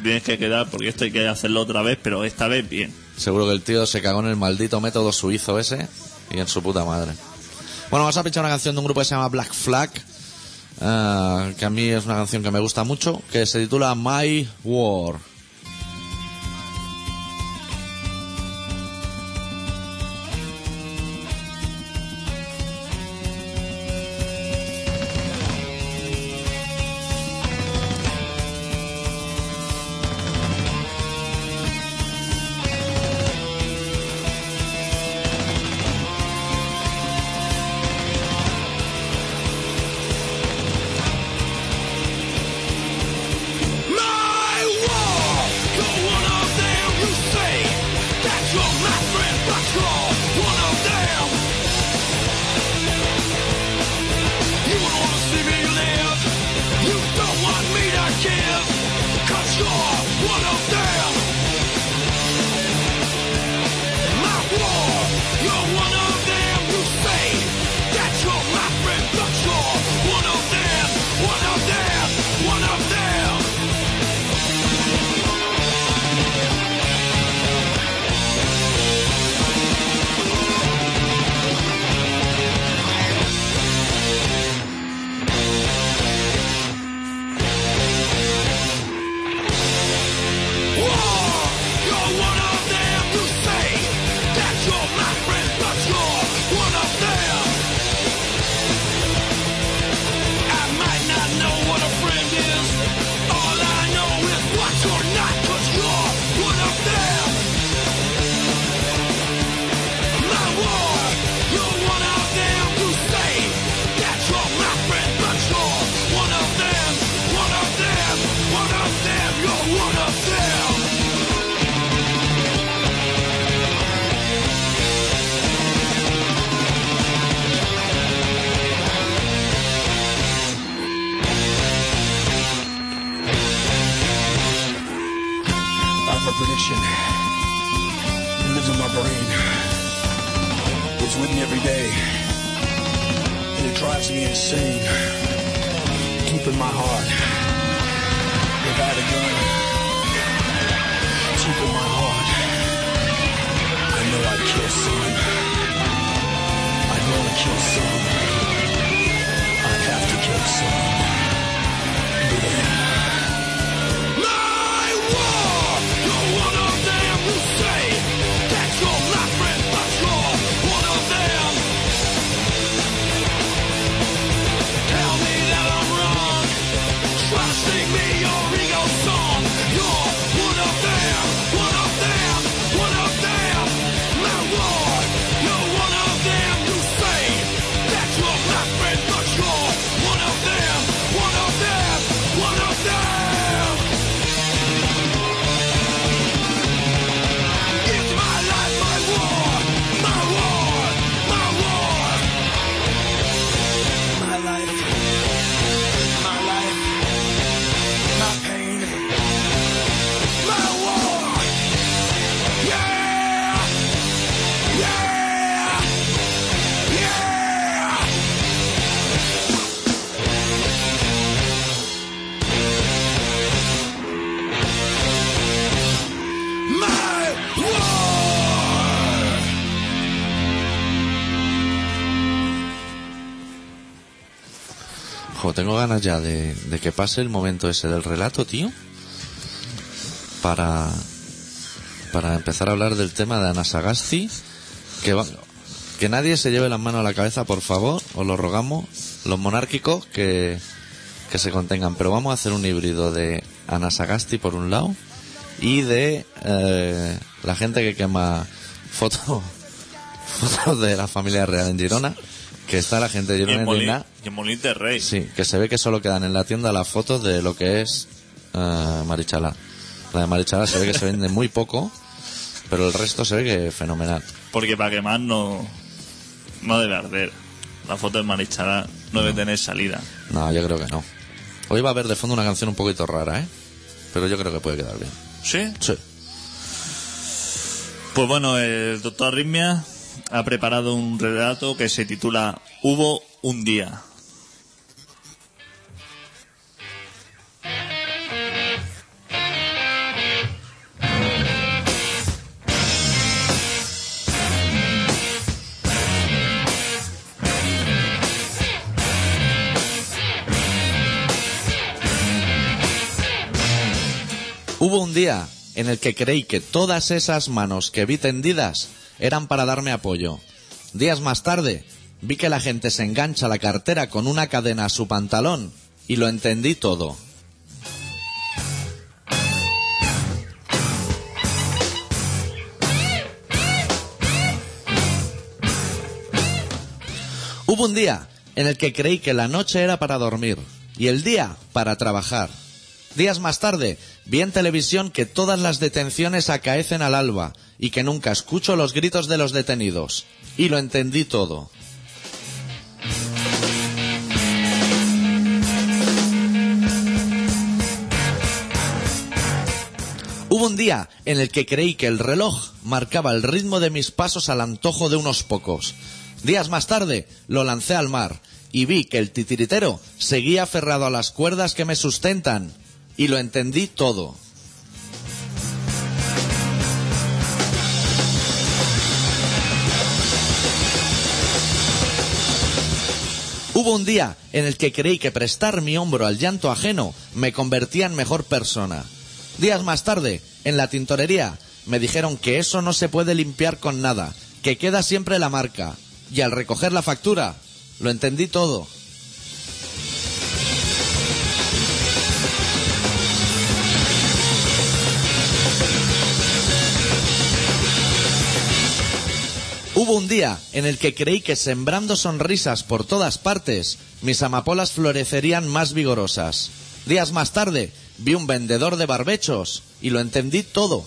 Speaker 2: tienes que quedar porque esto hay que hacerlo otra vez, pero esta vez bien.
Speaker 1: Seguro que el tío se cagó en el maldito método suizo ese y en su puta madre. Bueno, vamos a pinchar una canción de un grupo que se llama Black Flag, ah, que a mí es una canción que me gusta mucho, que se titula My War.
Speaker 4: My war, go one of them. You say that you're my friend, but you're one of them. You don't wanna see me live. You don't want me to give, 'cause you're one of them. My war, you're one of them. You say that you're my friend, but you're one of them. One of them. One of them. War, you're one of them. You say that you're my friend, but you're one of them. I might not know what a friend is. All I know is what you're not, 'cause you're one of them. My war, you're one of them. You say that you're my friend, but you're one of them. One of them. One of them. You're one of them.
Speaker 5: I have a prediction. It lives in my brain. It's with me every day. And it drives me insane. Deep in my heart. If I had a gun, deep in my heart. I know I'd kill someone. I'd want to kill someone. I'd have to kill someone. Yeah.
Speaker 4: My war, you're one of them. You say that you're my friend, but you're one of them. Tell me that I'm wrong. Try to sing me your ego song. You're one of them, one of them, one of them. My war, you're one of them. You say that you're my friend, but you're one of them, one of them, one of them. It's my life, my war, my war, my war.
Speaker 5: My life. My life. My pain.
Speaker 1: Jo, tengo ganas ya de, de que pase el momento ese del relato, tío. Para, para empezar a hablar del tema de Ana Sagasti. Que, va- que nadie se lleve las manos a la cabeza, por favor, os lo rogamos. Los monárquicos que, que se contengan. Pero vamos a hacer un híbrido de Ana Sagasti por un lado y de eh, la gente que quema fotos fotos de la familia real en Girona. Que está la gente de
Speaker 2: Y
Speaker 1: Girona
Speaker 2: en
Speaker 1: en
Speaker 2: Molín,
Speaker 1: Girona.
Speaker 2: y en Molín de Rey.
Speaker 1: Sí, que se ve que solo quedan en la tienda las fotos de lo que es eh, Marichalá. La de Marichalá se ve que se vende muy poco, pero el resto se ve que fenomenal.
Speaker 2: Porque para quemar no, no debe arder. La foto de Marichalá no debe tener salida.
Speaker 1: No, yo creo que no. Hoy va a haber de fondo una canción un poquito rara, ¿eh? Pero yo creo que puede quedar bien.
Speaker 2: ¿Sí?
Speaker 1: Sí.
Speaker 2: Pues bueno, el doctor Arritmia ha preparado un relato que se titula Hubo un día.
Speaker 1: Hubo un día en el que creí que todas esas manos que vi tendidas eran para darme apoyo. Días más tarde vi que la gente se engancha la cartera con una cadena a su pantalón y lo entendí todo. Hubo un día en el que creí que la noche era para dormir y el día para trabajar. Días más tarde vi en televisión que todas las detenciones acaecen al alba y que nunca escucho los gritos de los detenidos. Y lo entendí todo. Hubo un día en el que creí que el reloj marcaba el ritmo de mis pasos al antojo de unos pocos. Días más tarde lo lancé al mar y vi que el titiritero seguía aferrado a las cuerdas que me sustentan y lo entendí todo. Hubo un día en el que creí que prestar mi hombro al llanto ajeno me convertía en mejor persona. Días más tarde, en la tintorería, me dijeron que eso no se puede limpiar con nada, que queda siempre la marca. Y al recoger la factura, lo entendí todo. Hubo un día en el que creí que sembrando sonrisas por todas partes, mis amapolas florecerían más vigorosas. Días más tarde, vi un vendedor de barbechos y lo entendí todo.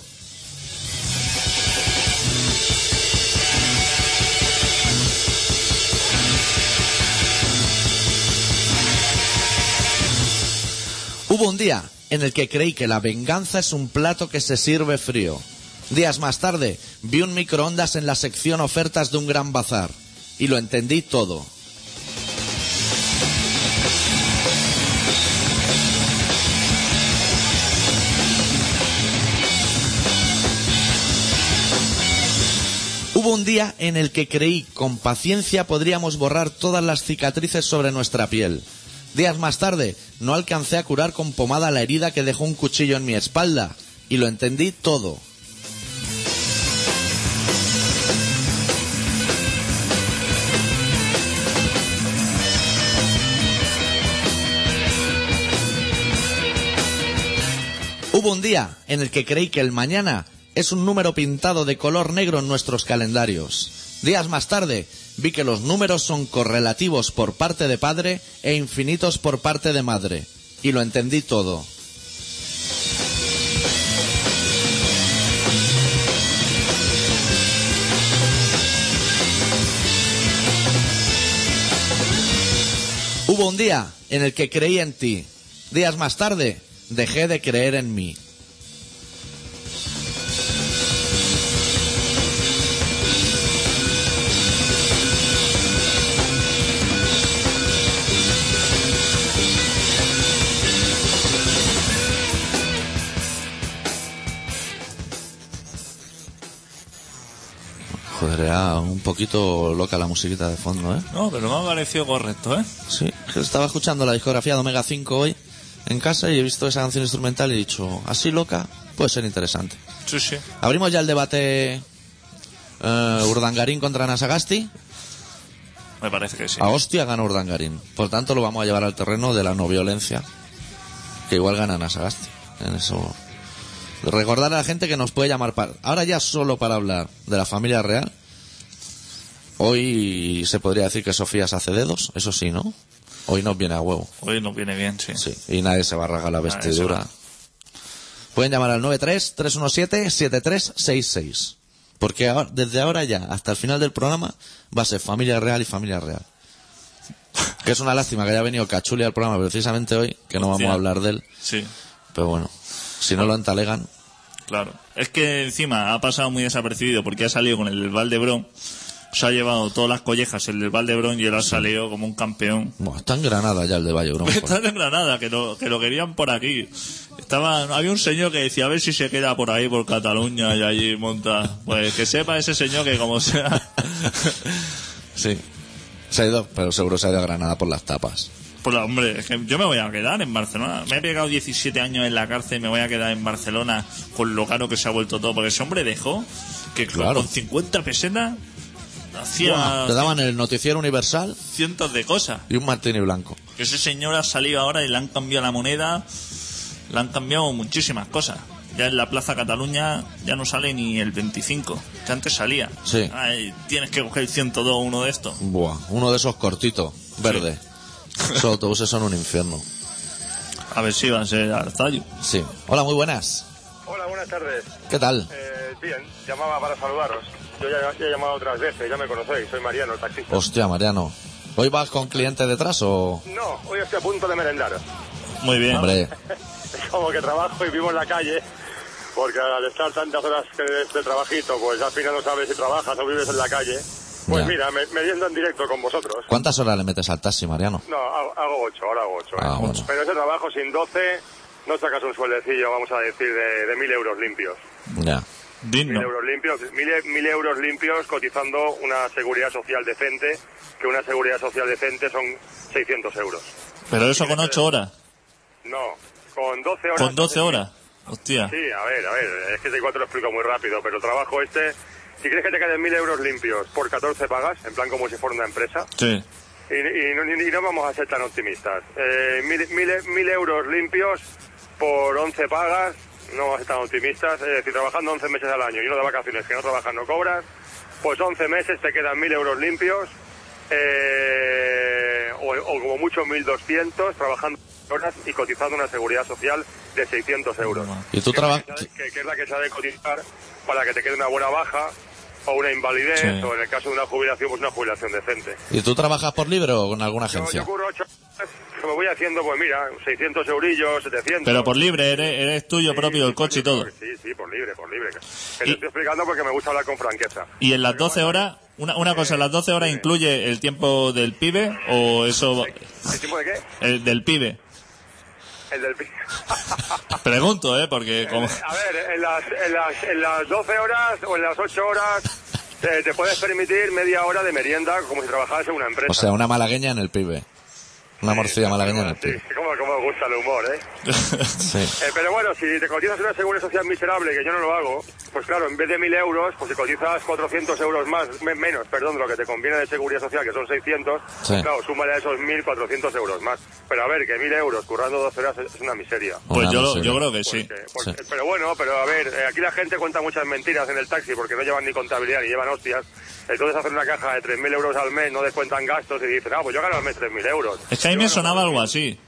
Speaker 1: Hubo un día en el que creí que la venganza es un plato que se sirve frío. Días más tarde vi un microondas en la sección ofertas de un gran bazar y lo entendí todo. Hubo un día en el que creí con paciencia podríamos borrar todas las cicatrices sobre nuestra piel. Días más tarde no alcancé a curar con pomada la herida que dejó un cuchillo en mi espalda y lo entendí todo. Hubo un día en el que creí que el mañana es un número pintado de color negro en nuestros calendarios. Días más tarde vi que los números son correlativos por parte de padre e infinitos por parte de madre. Y lo entendí todo. Hubo un día en el que creí en ti. Días más tarde dejé de creer en mí. Joder, era un poquito loca la musiquita de fondo, ¿eh?
Speaker 2: No, pero me ha parecido correcto, ¿eh?
Speaker 1: Sí, que estaba escuchando la discografía de Omega 5 hoy en casa y he visto esa canción instrumental y he dicho, así loca, puede ser interesante.
Speaker 2: Sí, sí.
Speaker 1: Abrimos ya el debate eh, Urdangarín contra Nasagasti.
Speaker 2: Me parece que sí.
Speaker 1: A hostia gana Urdangarín. Por tanto, lo vamos a llevar al terreno de la no violencia, que igual gana Nasagasti. En eso. Recordar a la gente que nos puede llamar para... Ahora ya solo para hablar de la familia real. Hoy se podría decir que Sofía se hace dedos, eso sí, ¿no? Hoy nos viene a huevo.
Speaker 2: Hoy nos viene bien, sí.
Speaker 1: Sí, y nadie se va a rasgar la
Speaker 2: Nadie se
Speaker 1: vestidura.
Speaker 2: va.
Speaker 1: Pueden llamar al 93-317-7366. Porque ahora- desde ahora ya hasta el final del programa va a ser familia real y familia real. Que es una lástima que haya venido Cachuli al programa precisamente hoy, que no vamos
Speaker 2: Hostia.
Speaker 1: a hablar de él.
Speaker 2: Sí,
Speaker 1: Pero bueno, si no lo entalegan,
Speaker 2: claro. Es que encima ha pasado muy desapercibido porque ha salido con el del Valdebrón. Se ha llevado todas las collejas el del Valdebrón y él ha salido como un campeón.
Speaker 1: Buah, está en Granada ya el de Vallebrón.
Speaker 2: Está en Granada, que lo, que lo querían por aquí. Estaba, había un señor que decía, a ver si se queda por ahí, por Cataluña, y allí monta. Pues que sepa ese señor que como sea,
Speaker 1: Sí. Se ha ido, pero seguro se ha ido a Granada por las tapas.
Speaker 2: Pues hombre, es que yo me voy a quedar en Barcelona. Me he pegado 17 años en la cárcel, me voy a quedar en Barcelona con lo caro que se ha vuelto todo. Porque ese hombre dejó que con-
Speaker 1: Claro.
Speaker 2: con 50 pesetas hacía
Speaker 1: Buah, Te daban el noticiero universal
Speaker 2: cientos de cosas.
Speaker 1: y un martini blanco.
Speaker 2: Que ese señor ha salido ahora y le han cambiado la moneda, le han cambiado muchísimas cosas. Ya en la Plaza Cataluña ya no sale ni el 25, que antes salía.
Speaker 1: Sí.
Speaker 2: Ay, tienes que coger el 102, uno de estos.
Speaker 1: Buah, uno de esos cortitos, verde. Esos autobuses son un infierno.
Speaker 2: A ver si va a ser Arzallo.
Speaker 1: Sí. Hola, muy buenas.
Speaker 3: Hola, buenas tardes.
Speaker 1: ¿Qué tal?
Speaker 3: Eh, bien, llamaba para saludaros. Yo ya, ya he llamado otras veces, ya me conocéis, soy Mariano, el taxista.
Speaker 1: Hostia, Mariano. ¿Hoy vas con clientes detrás o...?
Speaker 3: No, hoy estoy a punto de merendar.
Speaker 2: Muy bien.
Speaker 1: Hombre,
Speaker 3: Es como que trabajo y vivo en la calle, porque al estar tantas horas que de, de trabajito, pues al final no sabes si trabajas o vives en la calle. Pues
Speaker 1: Ya.
Speaker 3: mira, me, meriendo en directo con vosotros.
Speaker 1: ¿cuántas horas le metes al taxi, Mariano?
Speaker 3: No, hago, hago ocho, ahora hago ocho. ¿eh?
Speaker 1: Ah, bueno.
Speaker 3: Pero ese trabajo sin 12 no sacas un sueldecillo, vamos a decir, de, de mil euros limpios.
Speaker 1: Ya.
Speaker 2: Digno.
Speaker 3: Mil euros limpios, mil, e- mil euros limpios cotizando una seguridad social decente, que una seguridad social decente son 600 euros.
Speaker 2: Pero eso con 8 horas.
Speaker 3: No, con 12 horas.
Speaker 2: Con 12 horas. Hostia.
Speaker 3: Sí, a ver, a ver, es que te igual te lo explico muy rápido, pero el trabajo este, si crees que te queden mil euros limpios por 14 pagas, en plan como si fuera una empresa,
Speaker 2: Sí.
Speaker 3: y, y no, y no vamos a ser tan optimistas. Eh, mil, mil- mil euros limpios por 11 pagas, no vamos a ser tan optimistas. Es decir, trabajando 11 meses al año y uno de vacaciones que no trabajas no cobras, pues 11 meses te quedan mil euros limpios, eh, o, o como mucho 1200 trabajando horas y cotizando una seguridad social de 600 euros.
Speaker 1: ¿Y tú
Speaker 3: Que es la que
Speaker 1: trabajas...?
Speaker 3: se ha de- Que, que es la que se ha de cotizar para que te quede una buena baja o una invalidez,
Speaker 2: Sí.
Speaker 3: o en el caso de una jubilación, pues una jubilación decente.
Speaker 1: ¿Y tú trabajas por libre o con alguna
Speaker 3: Yo, yo
Speaker 1: agencia?
Speaker 3: curro ocho horas, me voy haciendo, pues mira, 600 eurillos, 700.
Speaker 2: Pero por libre, eres, eres tuyo
Speaker 3: Sí,
Speaker 2: propio, el
Speaker 3: sí,
Speaker 2: coche y
Speaker 3: coño,
Speaker 2: todo.
Speaker 3: Sí, sí, por libre, por libre. Que Te
Speaker 2: Y-
Speaker 3: estoy explicando porque me gusta hablar con franqueza.
Speaker 2: Y en las 12 horas, una,
Speaker 3: Eh,
Speaker 2: una cosa, ¿las 12 horas incluye el tiempo del pibe o eso,
Speaker 3: ¿El tipo de qué?
Speaker 2: el del pibe?
Speaker 3: El del pi-
Speaker 2: Pregunto, ¿eh? Porque como...
Speaker 3: A ver, en las, en, las, en las 12 horas o en las 8 horas eh, te puedes permitir media hora de merienda como si trabajaras en una empresa.
Speaker 1: O sea, una malagueña en el pibe. Una morcilla malagueña en el
Speaker 3: Sí,
Speaker 1: pibe.
Speaker 3: como, como me gusta el humor, ¿eh?
Speaker 1: Sí.
Speaker 3: Eh, pero bueno, si te cotizas una seguridad social miserable, que yo no lo hago, pues claro, en vez de 1.000 euros, pues si cotizas 400 euros más, me- menos, perdón, de lo que te conviene de seguridad social, que son 600,
Speaker 1: Sí.
Speaker 3: claro, súmale a esos 1.400 euros más. Pero a ver, que 1.000 euros currando 12 horas es una miseria.
Speaker 2: Pues
Speaker 1: Una
Speaker 2: yo, lo-
Speaker 1: miseria.
Speaker 2: yo creo que sí.
Speaker 3: Porque- porque-
Speaker 1: Sí.
Speaker 3: Pero bueno, pero a ver, eh, aquí la gente cuenta muchas mentiras en el taxi porque no llevan ni contabilidad ni llevan hostias. Entonces hacen una caja de 3.000 euros al mes, no descuentan gastos y dicen, ah, pues yo gano al mes 3.000 euros.
Speaker 2: Es que a mí
Speaker 3: Yo
Speaker 2: me
Speaker 3: gano
Speaker 2: sonaba algo así.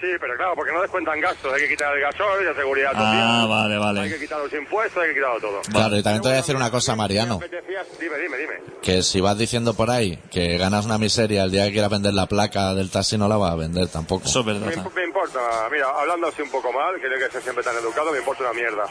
Speaker 3: Sí, pero claro, porque no descuentan gastos, hay que quitar el gasol y la seguridad
Speaker 2: Ah,
Speaker 3: social.
Speaker 2: vale,
Speaker 3: Hay que
Speaker 2: vale.
Speaker 3: quitar los impuestos, hay que quitarlo todo.
Speaker 1: Claro, y también te voy a decir una cosa, Mariano.
Speaker 3: Me apetecía- Dime, dime, dime.
Speaker 1: Que si vas diciendo por ahí que ganas una miseria, el día que quieras vender la placa del taxi no la vas a vender tampoco.
Speaker 2: Eso es
Speaker 3: Me,
Speaker 2: verdad.
Speaker 3: imp- me importa. Mira, hablando así un poco mal, que no hay que ser siempre tan educado, me importa una mierda.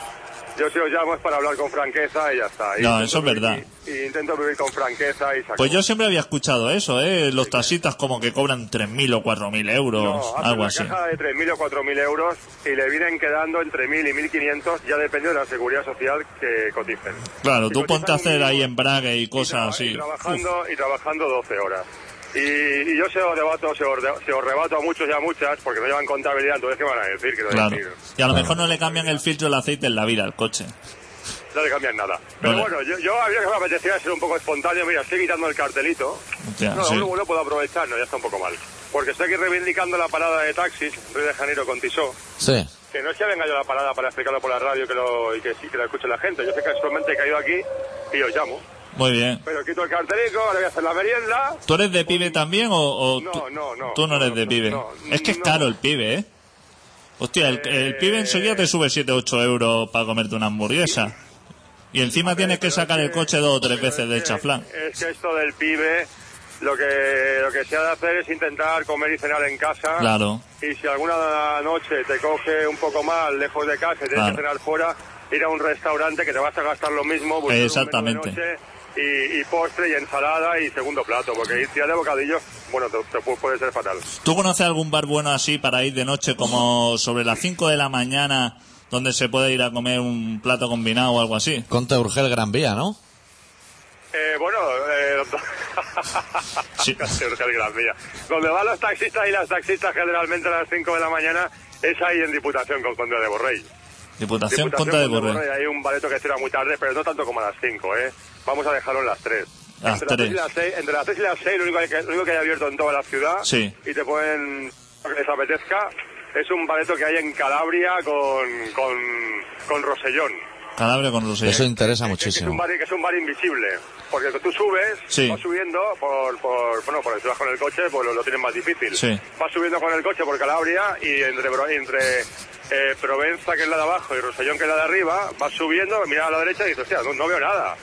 Speaker 3: Yo si os llamo es para hablar con franqueza y ya está. Y
Speaker 2: No,
Speaker 3: intento
Speaker 2: eso es
Speaker 3: vivir-
Speaker 2: verdad.
Speaker 3: Y, y intento vivir con franqueza y sacar.
Speaker 2: Pues yo siempre había escuchado eso, ¿eh? Los taxistas como que cobran 3.000 o 4.000 euros,
Speaker 3: No, hacen
Speaker 2: algo
Speaker 3: una
Speaker 2: así.
Speaker 3: caja de 3.000 o 4.000 euros y le vienen quedando entre 1.000 y 1.500, ya depende de la seguridad social que coticen.
Speaker 2: Claro,
Speaker 3: Si
Speaker 2: tú ponte a
Speaker 3: cotizan
Speaker 2: hacer ahí
Speaker 3: mínimo-
Speaker 2: embrague y
Speaker 3: tra-
Speaker 2: cosas
Speaker 3: Y
Speaker 2: así. Uf,
Speaker 3: trabajando, y trabajando 12 horas. Y, y yo se os debato, se os, de- se os rebato a muchos y a muchas, porque no llevan contabilidad, entonces ¿qué van a decir? Quiero
Speaker 2: claro.
Speaker 3: decir.
Speaker 2: Y a lo mejor no le cambian el filtro del aceite en la vida al coche.
Speaker 3: No le cambian nada. Pero
Speaker 2: Vale.
Speaker 3: bueno, yo, yo había que me apetecía ser un poco espontáneo. Mira, estoy quitando el cartelito.
Speaker 2: Hostia,
Speaker 3: no,
Speaker 2: Ah, sí.
Speaker 3: uno, uno puedo aprovechar, no, ya está un poco mal. Porque estoy aquí reivindicando la parada de taxis, Río de Janeiro con Tisó.
Speaker 1: Sí.
Speaker 3: Que no se venga yo a la parada para explicarlo por la radio que lo, y que sí que lo escuche la gente. Yo sé que solamente he caído aquí y os llamo.
Speaker 2: Muy bien.
Speaker 3: Pero quito el cartelico, ahora voy a hacer la merienda.
Speaker 2: ¿Tú eres de pibe también o, o
Speaker 3: No,
Speaker 2: tú,
Speaker 3: no, no.
Speaker 2: tú no eres de
Speaker 3: No,
Speaker 2: pibe?
Speaker 3: no,
Speaker 2: es que es
Speaker 3: no.
Speaker 2: caro el pibe, ¿eh? Hostia, el, el
Speaker 3: Eh,
Speaker 2: pibe enseguida te sube 7 8 euros para comerte una hamburguesa. Y encima tienes que
Speaker 3: Pero
Speaker 2: sacar
Speaker 3: es
Speaker 2: el
Speaker 3: que-
Speaker 2: coche dos o tres
Speaker 3: pero
Speaker 2: veces
Speaker 3: es
Speaker 2: del
Speaker 3: que-
Speaker 2: chaflán.
Speaker 3: Es que esto del pibe, lo que, lo que se ha de hacer es intentar comer y cenar en casa.
Speaker 2: Claro.
Speaker 3: Y si alguna noche te coge un poco mal, lejos de casa, y tienes
Speaker 2: Claro.
Speaker 3: que cenar fuera, ir a un restaurante que te vas a gastar lo mismo. buscar un menú de
Speaker 2: Exactamente.
Speaker 3: noche Y, y postre y ensalada y segundo plato, porque ir ya de bocadillo, bueno, te, te pu- puede ser fatal.
Speaker 2: ¿Tú conoces algún bar bueno así para ir de noche como sobre las 5 de la mañana donde se puede ir a comer un plato combinado o algo así?
Speaker 1: Conte Urgel Gran Vía, ¿no?
Speaker 3: Eh, bueno, eh,
Speaker 2: Sí.
Speaker 3: Casi Urgel Gran Vía. Donde van los taxistas y las taxistas generalmente a las 5 de la mañana es ahí en Diputación con Conde de Borrell.
Speaker 2: Diputación Conta de
Speaker 3: Conde
Speaker 2: Borrell.
Speaker 3: Hay un baleto que cierra muy tarde, pero no tanto como a las 5, ¿eh? Vamos a dejarlo en las 3.
Speaker 2: Las
Speaker 3: entre,
Speaker 2: Ah, tres.
Speaker 3: Las 6, entre las 3 y las 6, lo único, que, lo único que hay abierto en toda la ciudad,
Speaker 2: Sí.
Speaker 3: y te pueden, lo que les apetezca, es un baleto que hay en Calabria con, con, con Rosellón.
Speaker 2: Calabre con Rosellón.
Speaker 1: Eso interesa
Speaker 3: Que es
Speaker 1: muchísimo.
Speaker 3: un bar, que es un bar invisible. Porque tú subes,
Speaker 2: Sí.
Speaker 3: vas subiendo por, por, bueno, por si vas con el coche, pues lo, lo tienes más difícil.
Speaker 2: Sí.
Speaker 3: Vas subiendo con el coche por Calabria y entre, Bro- entre eh, Provenza, que es la de abajo, y Rosellón, que es la de arriba, vas subiendo, miras a la derecha y dices, hostia, no, no veo nada.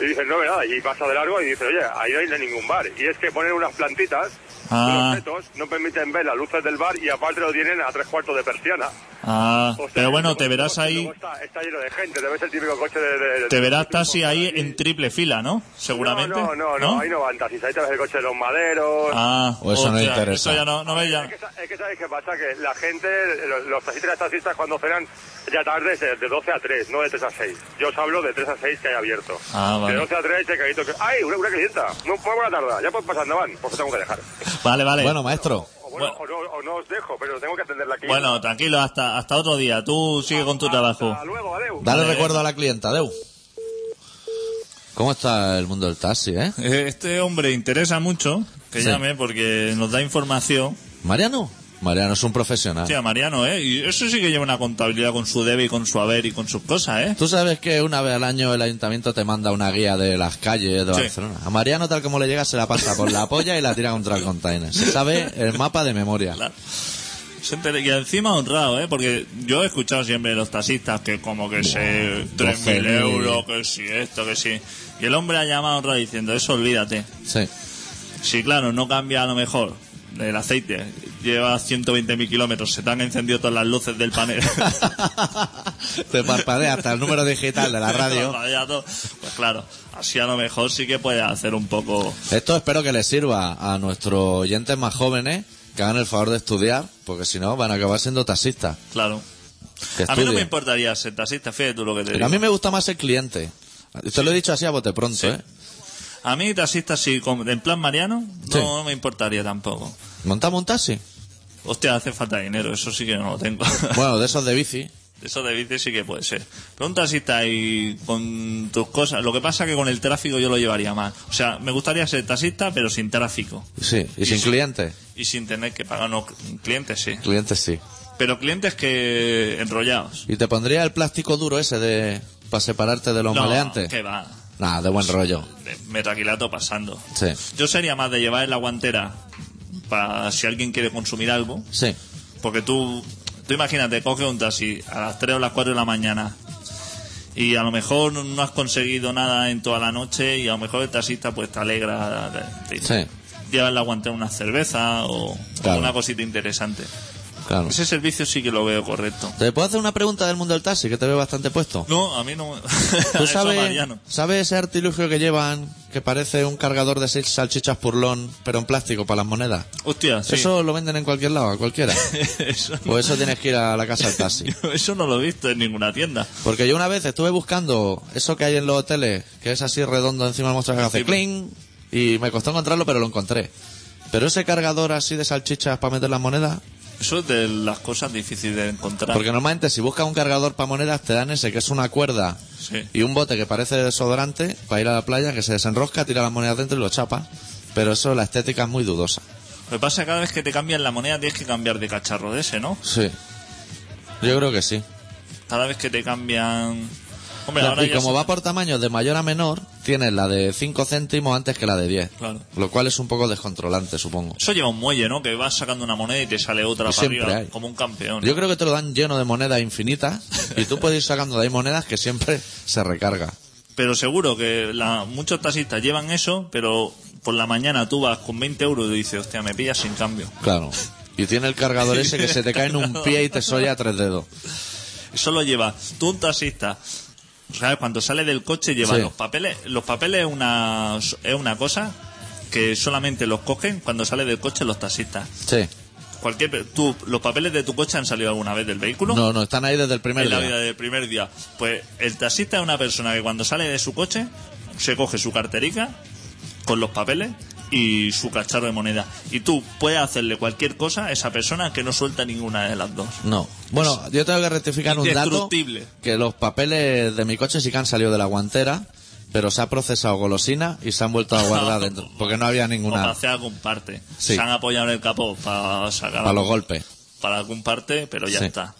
Speaker 3: Y dices, no veo nada. Y pasa de largo y dices, oye, ahí no hay ningún bar. Y es que ponen unas plantitas,
Speaker 2: Ah.
Speaker 3: unos setos, no permiten ver las luces del bar y aparte lo tienen a tres cuartos de persiana.
Speaker 2: Ah,
Speaker 3: O sea,
Speaker 2: pero bueno, te
Speaker 3: luego-
Speaker 2: verás ahí,
Speaker 3: luego Está, está lleno de gente, te ves el típico coche de... de- de-
Speaker 2: te verás
Speaker 3: tipo-
Speaker 2: taxi ahí en triple fila, ¿no? Seguramente.
Speaker 3: No, no, no, no, ahí no van taxis, ahí te ves el coche de los maderos.
Speaker 2: Ah,
Speaker 1: O Pues eso no
Speaker 2: hostia,
Speaker 1: interesa.
Speaker 2: eso ya no, no me ya-
Speaker 3: Es que, sa- es que sabéis qué pasa, que la gente, los, los taxistas y las taxistas cuando cenan ya tarde es de, de 12 a 3, no de 3 a 6. Yo os hablo de 3 a 6 que hay abierto.
Speaker 2: Ah, vale.
Speaker 3: De 12 a 3, checadito que... ¡Ay, una, una clienta! Muy, muy buena tarde, ya pues pasando van, porque tengo que dejar.
Speaker 2: Vale, vale.
Speaker 1: Bueno,
Speaker 2: Bueno,
Speaker 1: maestro.
Speaker 3: O, bueno, o, no, o no os dejo, pero tengo que atender la clienta.
Speaker 2: tranquilo, hasta, hasta otro día. Tú sigue con tu trabajo.
Speaker 3: Hasta luego, adeu.
Speaker 1: Dale
Speaker 2: Vale.
Speaker 1: recuerdo a la clienta, Deu. ¿Cómo está el mundo del taxi, eh?
Speaker 2: Eh, Este hombre interesa mucho que
Speaker 1: Sí. Ah.
Speaker 2: llame porque nos da información.
Speaker 1: ¿Mariano? Mariano es un profesional.
Speaker 2: Hostia, Mariano, ¿eh? Y eso sí que lleva una contabilidad con su debe y con su haber y con sus cosas, ¿eh?
Speaker 1: Tú sabes que una vez al año el ayuntamiento te manda una guía de las calles de Barcelona. A Mariano, tal como le llega, se la pasa por la polla y la tira contra el container. Se sabe el mapa de memoria.
Speaker 2: Gente, Y encima honrado, ¿eh? Porque yo he escuchado siempre de los taxistas que como que se... 3.000
Speaker 1: 12.000.
Speaker 2: euros, que sí, esto, que sí. Y el hombre ha llamado honrado diciendo, eso olvídate.
Speaker 1: Sí.
Speaker 2: Sí, claro, no cambia a lo mejor el aceite. Lleva 120.000 kilómetros, se te han encendido todas las luces del panel.
Speaker 1: te parpadea hasta el número digital de la radio.
Speaker 2: Ya todo. Pues claro, así a lo mejor sí que puedes hacer un poco...
Speaker 1: Esto espero que les sirva a nuestros oyentes más jóvenes que hagan el favor de estudiar, porque si no van a acabar siendo taxistas.
Speaker 2: Claro.
Speaker 1: Que
Speaker 2: A mí no
Speaker 1: estudien.
Speaker 2: me importaría ser taxista, fíjate tú lo que te
Speaker 1: Pero
Speaker 2: digo.
Speaker 1: a mí me gusta más el cliente. Te lo he dicho así a bote pronto,
Speaker 2: Sí.
Speaker 1: ¿eh?
Speaker 2: A mí taxista, sí, como- en plan Mariano,
Speaker 1: Sí.
Speaker 2: no, me importaría tampoco.
Speaker 1: ¿Montamos un taxi?
Speaker 2: Hostia, hace falta dinero, eso sí que no lo tengo.
Speaker 1: Bueno, de esos de bici.
Speaker 2: Eso de bici sí que puede ser. Pero un taxista y con tus cosas. Lo que pasa que con el tráfico yo lo llevaría mal. O sea, me gustaría ser taxista, pero sin tráfico.
Speaker 1: Sí, y sin
Speaker 2: sí.
Speaker 1: cliente.
Speaker 2: Y sin tener que pagar unos clientes, sí.
Speaker 1: Cliente sí.
Speaker 2: Pero clientes que enrollados.
Speaker 1: ¿Y te pondría el plástico duro ese de para separarte de los maleantes?
Speaker 2: que va.
Speaker 1: Nah, de buen rollo.
Speaker 2: De Metaquilato pasando.
Speaker 1: Sí,
Speaker 2: Yo sería más de llevar en la guantera para si alguien quiere consumir algo.
Speaker 1: sí.
Speaker 2: Porque tú, tú imagínate, coges un taxi a las 3 o las 4 de la mañana y a lo mejor no has conseguido nada en toda la noche y a lo mejor el taxista pues te alegra. te- te-
Speaker 1: Sí.
Speaker 2: Lleva en la guantera una cerveza o
Speaker 1: Claro.
Speaker 2: una cosita interesante.
Speaker 1: Claro.
Speaker 2: Ese servicio sí que lo veo correcto.
Speaker 1: ¿Te puedo hacer una pregunta del mundo del taxi que te veo bastante puesto?
Speaker 2: No, a mí no.
Speaker 1: ¿Tú
Speaker 2: Eso,
Speaker 1: sabes,
Speaker 2: Mariano.
Speaker 1: sabes ese artilugio que llevan que parece un cargador de seis salchichas purlón, pero en plástico para las monedas?
Speaker 2: Hostia, sí.
Speaker 1: Eso lo venden en cualquier lado, a cualquiera.
Speaker 2: Eso no-
Speaker 1: Pues eso tienes que ir a la casa del taxi.
Speaker 2: eso no lo he visto en ninguna tienda.
Speaker 1: Porque yo una vez estuve buscando eso que hay en los hoteles, que es así redondo encima del monstruo que hace cling, y me costó encontrarlo, pero lo encontré. Pero ese cargador así de salchichas para meter las monedas,
Speaker 2: Eso es de las cosas difíciles de encontrar.
Speaker 1: porque normalmente si buscas un cargador para monedas te dan ese que es una cuerda
Speaker 2: Sí.
Speaker 1: y un bote que parece desodorante para ir a la playa, que se desenrosca, tira las monedas dentro y lo chapa. Pero eso, la estética es muy dudosa.
Speaker 2: Lo que pasa es que cada vez que te cambian la moneda tienes que cambiar de cacharro de ese, ¿no?
Speaker 1: Sí. Yo creo que sí.
Speaker 2: Cada vez que te cambian... Hombre, ahora
Speaker 1: y
Speaker 2: ya
Speaker 1: como
Speaker 2: se-
Speaker 1: va por tamaños de mayor a menor, tienes la de 5 céntimos antes que la de 10.
Speaker 2: Claro.
Speaker 1: Lo cual es un poco descontrolante, supongo.
Speaker 2: Eso lleva un muelle, ¿no? Que vas sacando una moneda y te sale otra para
Speaker 1: Siempre
Speaker 2: arriba,
Speaker 1: hay.
Speaker 2: como un campeón.
Speaker 1: Yo creo que te lo dan lleno de monedas infinitas y tú puedes ir sacando de ahí monedas que siempre se recarga.
Speaker 2: Pero seguro que la- muchos taxistas llevan eso, pero por la mañana tú vas con 20 euros y dices, hostia, me pillas sin cambio.
Speaker 1: Claro. Y tiene el cargador ese que se te cae en un pie y te soya tres dedos.
Speaker 2: Eso lo lleva tú un taxista. ¿Sabes? Cuando sale del coche lleva
Speaker 1: Sí.
Speaker 2: los papeles. Los papeles es una, es una cosa que solamente los cogen cuando sale del coche los taxistas.
Speaker 1: Sí.
Speaker 2: Cualquier, tú, ¿Los papeles de tu coche han salido alguna vez del vehículo?
Speaker 1: No, no, están ahí desde el primer
Speaker 2: en la vida
Speaker 1: día.
Speaker 2: del primer día. Pues el taxista es una persona que cuando sale de su coche se coge su carterica con los papeles y su cacharro de moneda. Y tú puedes hacerle cualquier cosa a esa persona que no suelta ninguna de las dos.
Speaker 1: No. Bueno, yo tengo que rectificar un dato.
Speaker 2: Indestructible.
Speaker 1: Que los papeles de mi coche sí que han salido de la guantera, pero se ha procesado golosina y se han vuelto a guardar dentro. Porque no
Speaker 2: O
Speaker 1: había
Speaker 2: para
Speaker 1: ninguna
Speaker 2: hacer algún parte.
Speaker 1: Sí.
Speaker 2: Se han apoyado en el capó para sacar
Speaker 1: para los golpes.
Speaker 2: para algún parte, pero ya
Speaker 1: Sí.
Speaker 2: está.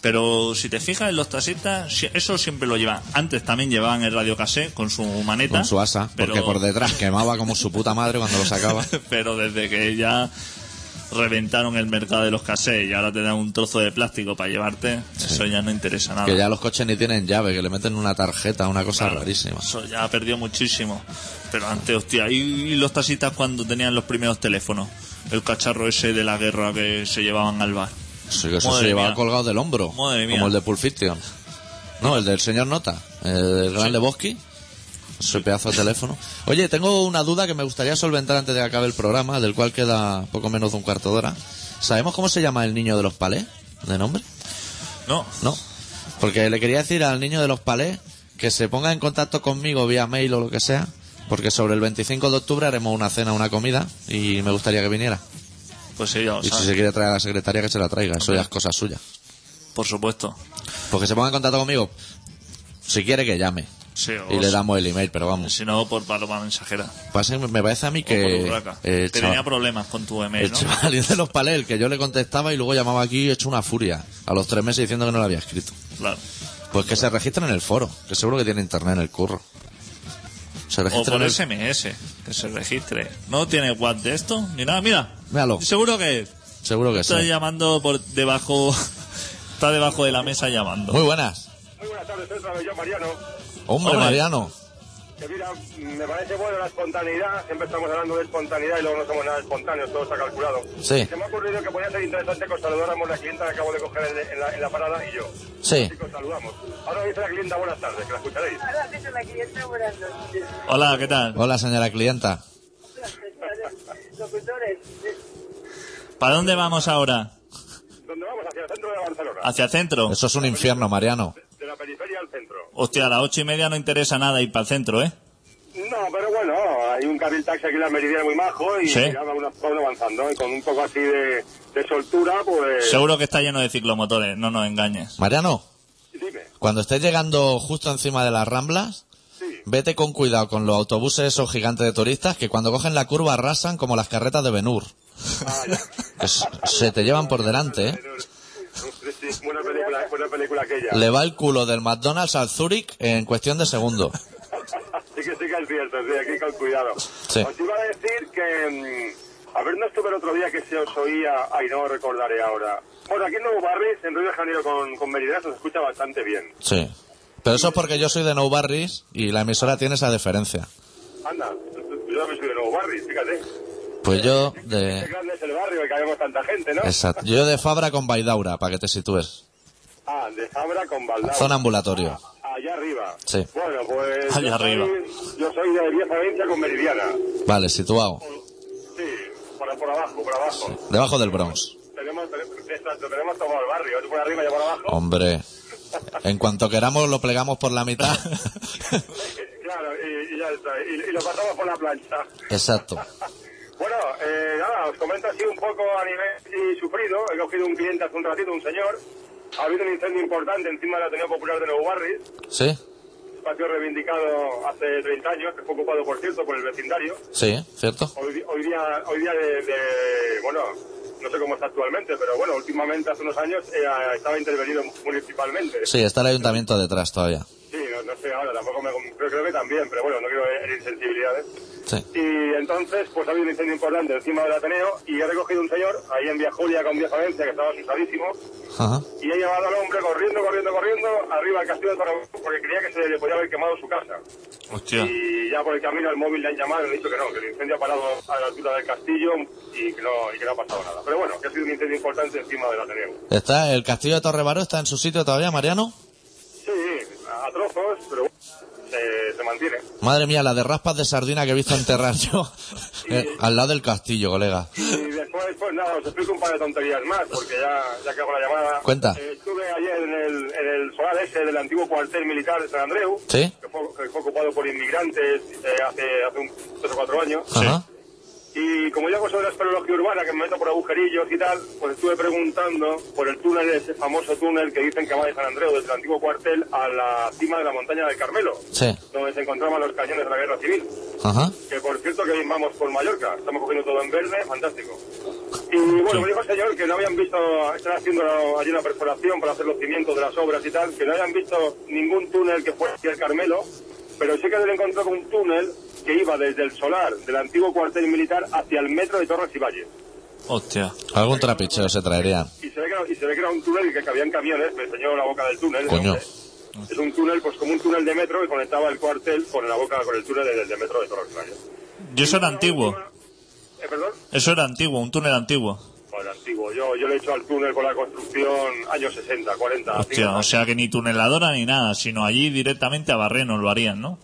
Speaker 2: Pero si te fijas en los taxistas, si- eso siempre lo llevan. Antes también llevaban el radio cassé con su maneta.
Speaker 1: Con su asa, porque
Speaker 2: ¿Ah? pero-
Speaker 1: por detrás quemaba como su puta madre cuando lo sacaba.
Speaker 2: Pero desde que ya reventaron el mercado de los cassettes y ahora te dan un trozo de plástico para llevarte, eso ya no interesa nada.
Speaker 1: Que ya los coches ni tienen llave, que le meten una tarjeta, una cosa
Speaker 2: Claro,
Speaker 1: rarísima.
Speaker 2: Eso ya ha perdido muchísimo. Pero antes, hostia, y, y los taxistas cuando tenían los primeros teléfonos, el cacharro ese de la guerra que se llevaban al bar.
Speaker 1: Sí, que eso
Speaker 2: Madre
Speaker 1: se llevaba
Speaker 2: mía.
Speaker 1: colgado del hombro,
Speaker 2: Madre mía.
Speaker 1: como el de Pulp Fiction. No, el del señor Nota, el gran Lebowski. Ese pedazo de teléfono. Oye, tengo una duda que me gustaría solventar antes de que acabe el programa, del cual queda poco menos de un cuarto de hora. ¿Sabemos cómo se llama el niño de los palés? ¿De nombre?
Speaker 2: No,
Speaker 1: No. Porque le quería decir al niño de los palés que se ponga en contacto conmigo vía mail o lo que sea, porque sobre el 25 de octubre haremos una cena, una comida, y me gustaría que viniera.
Speaker 2: pues ella lo
Speaker 1: Y si
Speaker 2: sabe,
Speaker 1: se quiere traer a la secretaria, que se la traiga. Eso ya es cosa suya.
Speaker 2: por supuesto.
Speaker 1: Pues que se ponga en contacto conmigo. Si quiere que llame.
Speaker 2: Sí, o
Speaker 1: Y le
Speaker 2: si-
Speaker 1: damos el email, pero vamos.
Speaker 2: Si no, por paloma mensajera.
Speaker 1: Pasa que me parece a mí
Speaker 2: o por
Speaker 1: que.
Speaker 2: urraca.
Speaker 1: eh, el
Speaker 2: Te
Speaker 1: chaval-
Speaker 2: tenía problemas con tu email,
Speaker 1: el
Speaker 2: ¿no?
Speaker 1: chavalín de los palés, el que yo le contestaba y luego llamaba aquí hecho una furia. A los tres meses diciendo que no lo había escrito.
Speaker 2: Claro.
Speaker 1: Pues que se registren en el foro, que seguro que tiene internet en el curro. Se
Speaker 2: O
Speaker 1: registren
Speaker 2: por
Speaker 1: en el...
Speaker 2: SMS, que se registre. No tiene WhatsApp de esto, ni nada. Mira,
Speaker 1: Míralo.
Speaker 2: seguro que es.
Speaker 1: Seguro que sí.
Speaker 2: Está llamando por debajo. Está debajo de la mesa llamando.
Speaker 1: Muy buenas.
Speaker 3: Muy buenas tardes, soy otra vez yo, Mariano.
Speaker 1: Hombre,
Speaker 2: Hombre.
Speaker 1: Mariano.
Speaker 3: Que mira, me parece bueno la espontaneidad, siempre estamos hablando de espontaneidad y luego no somos nada espontáneos, todo está calculado.
Speaker 1: Sí.
Speaker 3: Se me ha ocurrido que podría ser interesante que os saludáramos la clienta que acabo de coger en, en la, en la parada y yo.
Speaker 1: Sí.
Speaker 3: Así que os saludamos. Ahora dice la clienta buenas tardes, que la escucharéis.
Speaker 6: Ahora dice la cliente, buenas noches.
Speaker 2: Hola, ¿qué tal?
Speaker 1: Hola, señora clienta.
Speaker 6: Hola, señores locutores.
Speaker 2: ¿Para dónde vamos ahora?
Speaker 3: ¿Dónde vamos? Hacia el centro de Barcelona.
Speaker 1: Ah.
Speaker 2: ¿Hacia centro?
Speaker 1: Eso es un infierno, Mariano.
Speaker 3: De la periferia al centro.
Speaker 2: Hostia, a las ocho y media no interesa nada ir para el centro, ¿eh?
Speaker 3: No, pero bueno, hay un carril taxi aquí en la Meridiana muy majo y
Speaker 2: Sí.
Speaker 3: ya va uno, va uno avanzando. Y con un poco así de, de soltura, pues...
Speaker 2: Seguro que está lleno de ciclomotores, no nos engañes.
Speaker 1: Mariano,
Speaker 3: Dime,
Speaker 1: cuando estés llegando justo encima de las ramblas,
Speaker 3: sí.
Speaker 1: vete con cuidado con los autobuses esos gigantes de turistas que cuando cogen la curva arrasan como las carretas de Benur.
Speaker 3: Ah, ya.
Speaker 1: Se te llevan por delante, ¿eh?
Speaker 3: Sí, sí, buena película, buena película aquella.
Speaker 1: Le va el culo del McDonald's al Zurich en cuestión de segundos.
Speaker 3: Sí que sí que es cierto, sí, aquí con cuidado.
Speaker 1: Sí.
Speaker 3: Os iba a decir que... mm, A ver, no estuve el otro día que se os oía... Ay, no recordaré ahora. Bueno, aquí en Nuevo Barris, en Río de Janeiro con, con Meridiana, se os escucha bastante bien.
Speaker 1: Sí. Pero eso es porque yo soy de Nou Barris y la emisora tiene esa deferencia.
Speaker 3: Anda, yo también soy de Nuevo Barris, fíjate.
Speaker 1: Pues yo
Speaker 3: Qué
Speaker 1: de...
Speaker 3: grande es el barrio, que habemos tanta gente, ¿no?
Speaker 1: Exacto. Yo de Fabra con Baidaura, para que te sitúes.
Speaker 3: Ah, de Fabra con Baldao.
Speaker 1: Zona ambulatorio.
Speaker 3: Allá arriba.
Speaker 1: Sí.
Speaker 3: Bueno, pues...
Speaker 2: Allá
Speaker 3: yo soy-
Speaker 2: arriba.
Speaker 3: Yo soy de Vía Provincia con Meridiana.
Speaker 1: Vale, situado.
Speaker 3: Sí, por, por abajo, por abajo.
Speaker 1: Debajo del Bronx.
Speaker 3: Tenemos, tenemos, exacto, tenemos todo el barrio, tú por arriba, yo por abajo.
Speaker 1: Hombre. En cuanto queramos lo plegamos por la mitad.
Speaker 3: Claro, y, y ya está, y, y lo pasamos por la plancha.
Speaker 1: Exacto.
Speaker 3: Bueno, eh, nada, os comento así un poco a nivel y sufrido. He cogido un cliente hace un ratito, un señor. Ha habido un incendio importante encima de la Ateneo Popular de Nuevo Barris,
Speaker 1: ¿Sí?
Speaker 3: espacio reivindicado hace 30 años, que fue ocupado, por cierto, por el vecindario.
Speaker 1: Sí, ¿cierto?
Speaker 3: Hoy, di- hoy día, hoy día de, de- bueno, no sé cómo está actualmente, pero bueno, últimamente hace unos años eh, estaba intervenido municipalmente.
Speaker 1: Sí, está el ayuntamiento detrás todavía.
Speaker 3: Sí, no, no sé ahora, tampoco me... Pero creo que también, pero bueno, no quiero herir sensibilidades.
Speaker 1: Sí.
Speaker 3: Y entonces, pues ha habido un incendio importante encima del Ateneo y he recogido un señor ahí en Vía Julia con Vía Valencia que estaba asustadísimo
Speaker 1: Ajá.
Speaker 3: y he llevado al hombre corriendo, corriendo, corriendo arriba al castillo de Torreblanca porque creía que se le podía haber quemado su casa.
Speaker 2: Hostia.
Speaker 3: Y ya por el camino al móvil le han llamado y le han dicho que no, que el incendio ha parado a la altura del castillo y que no, y que no ha pasado nada. Pero bueno, que ha sido un incendio importante encima del Ateneo.
Speaker 1: ¿Está el castillo de Torrebaró está en su sitio todavía, Mariano?
Speaker 3: Sí, a trozos, pero bueno, se, se mantiene.
Speaker 1: Madre mía, la de raspas de sardina que he visto enterrar yo eh, al lado del castillo, colega.
Speaker 3: Y después, pues nada, os explico un par de tonterías más, porque ya, ya que hago la llamada.
Speaker 1: Cuenta.
Speaker 3: Eh, estuve ayer en el, en el solar ese del antiguo cuartel militar de San Andreu,
Speaker 1: ¿Sí?
Speaker 3: que, fue, que fue ocupado por inmigrantes eh, hace, hace un, tres o cuatro años.
Speaker 1: Ajá.
Speaker 3: Y como yo hago sobre la espeleología urbana, que me meto por agujerillos y tal, pues estuve preguntando por el túnel, ese famoso túnel que dicen que va de San Andreu, desde el antiguo cuartel a la cima de la montaña del Carmelo,
Speaker 1: Sí.
Speaker 3: donde se encontraban los cañones de la guerra civil
Speaker 1: Ajá.
Speaker 3: que por cierto que bien vamos por Mallorca, estamos cogiendo todo en verde, fantástico. Y bueno, me dijo el señor que no habían visto, están haciendo allí una perforación para hacer los cimientos de las obras y tal, que no habían visto ningún túnel que fuera hacia el Carmelo, pero sí que se le encontró con un túnel que iba desde el solar del antiguo cuartel militar hacia el metro de Torres y Valles.
Speaker 2: Hostia.
Speaker 1: Algún trapicheo se traerían.
Speaker 3: Y se ve que era, y se ve que era un túnel que cabían camiones, me enseñó la boca del túnel.
Speaker 1: Coño.
Speaker 3: ¿no? Es un túnel, pues como un túnel de metro que conectaba el cuartel con la boca, con el túnel del, del metro de Torres y Valles.
Speaker 2: Y eso era antiguo.
Speaker 3: Eh, perdón.
Speaker 2: Eso era antiguo, un túnel antiguo.
Speaker 3: Bueno, antiguo. Yo, yo le he hecho al túnel con la construcción años 60, 40.
Speaker 2: Hostia, o sea que ni tuneladora ni nada, sino allí directamente a Barreno lo harían, ¿no?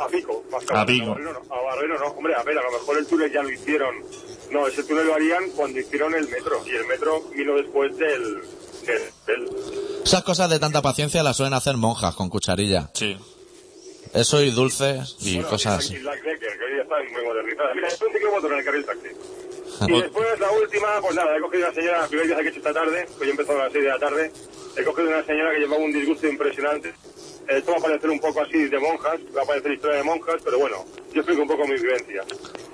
Speaker 3: A pico. más que
Speaker 2: A pico.
Speaker 3: menos. A Barreno no. A Barreno no. Hombre, a ver, a lo mejor el túnel ya lo hicieron. No, ese túnel lo harían cuando hicieron el metro. Y el metro vino después del... del, del-
Speaker 1: Esas cosas de tanta paciencia las suelen hacer monjas con cucharilla.
Speaker 2: Sí.
Speaker 1: Eso y dulces y
Speaker 3: bueno,
Speaker 1: cosas
Speaker 3: y
Speaker 1: así.
Speaker 3: Black Decker, que hoy ya está muy modernizada. Mira, es un ciclomotor en el carril taxi. Y
Speaker 1: Ah.
Speaker 3: después la última, pues nada, he cogido una señora, el primer viaje que he hecho esta tarde, que yo he empezado a las 6 de la tarde, he cogido una señora que llevaba un disgusto impresionante. Eh, Esto va a parecer un poco así de monjas, va a parecer historia de monjas, pero bueno, yo explico un poco mi vivencia.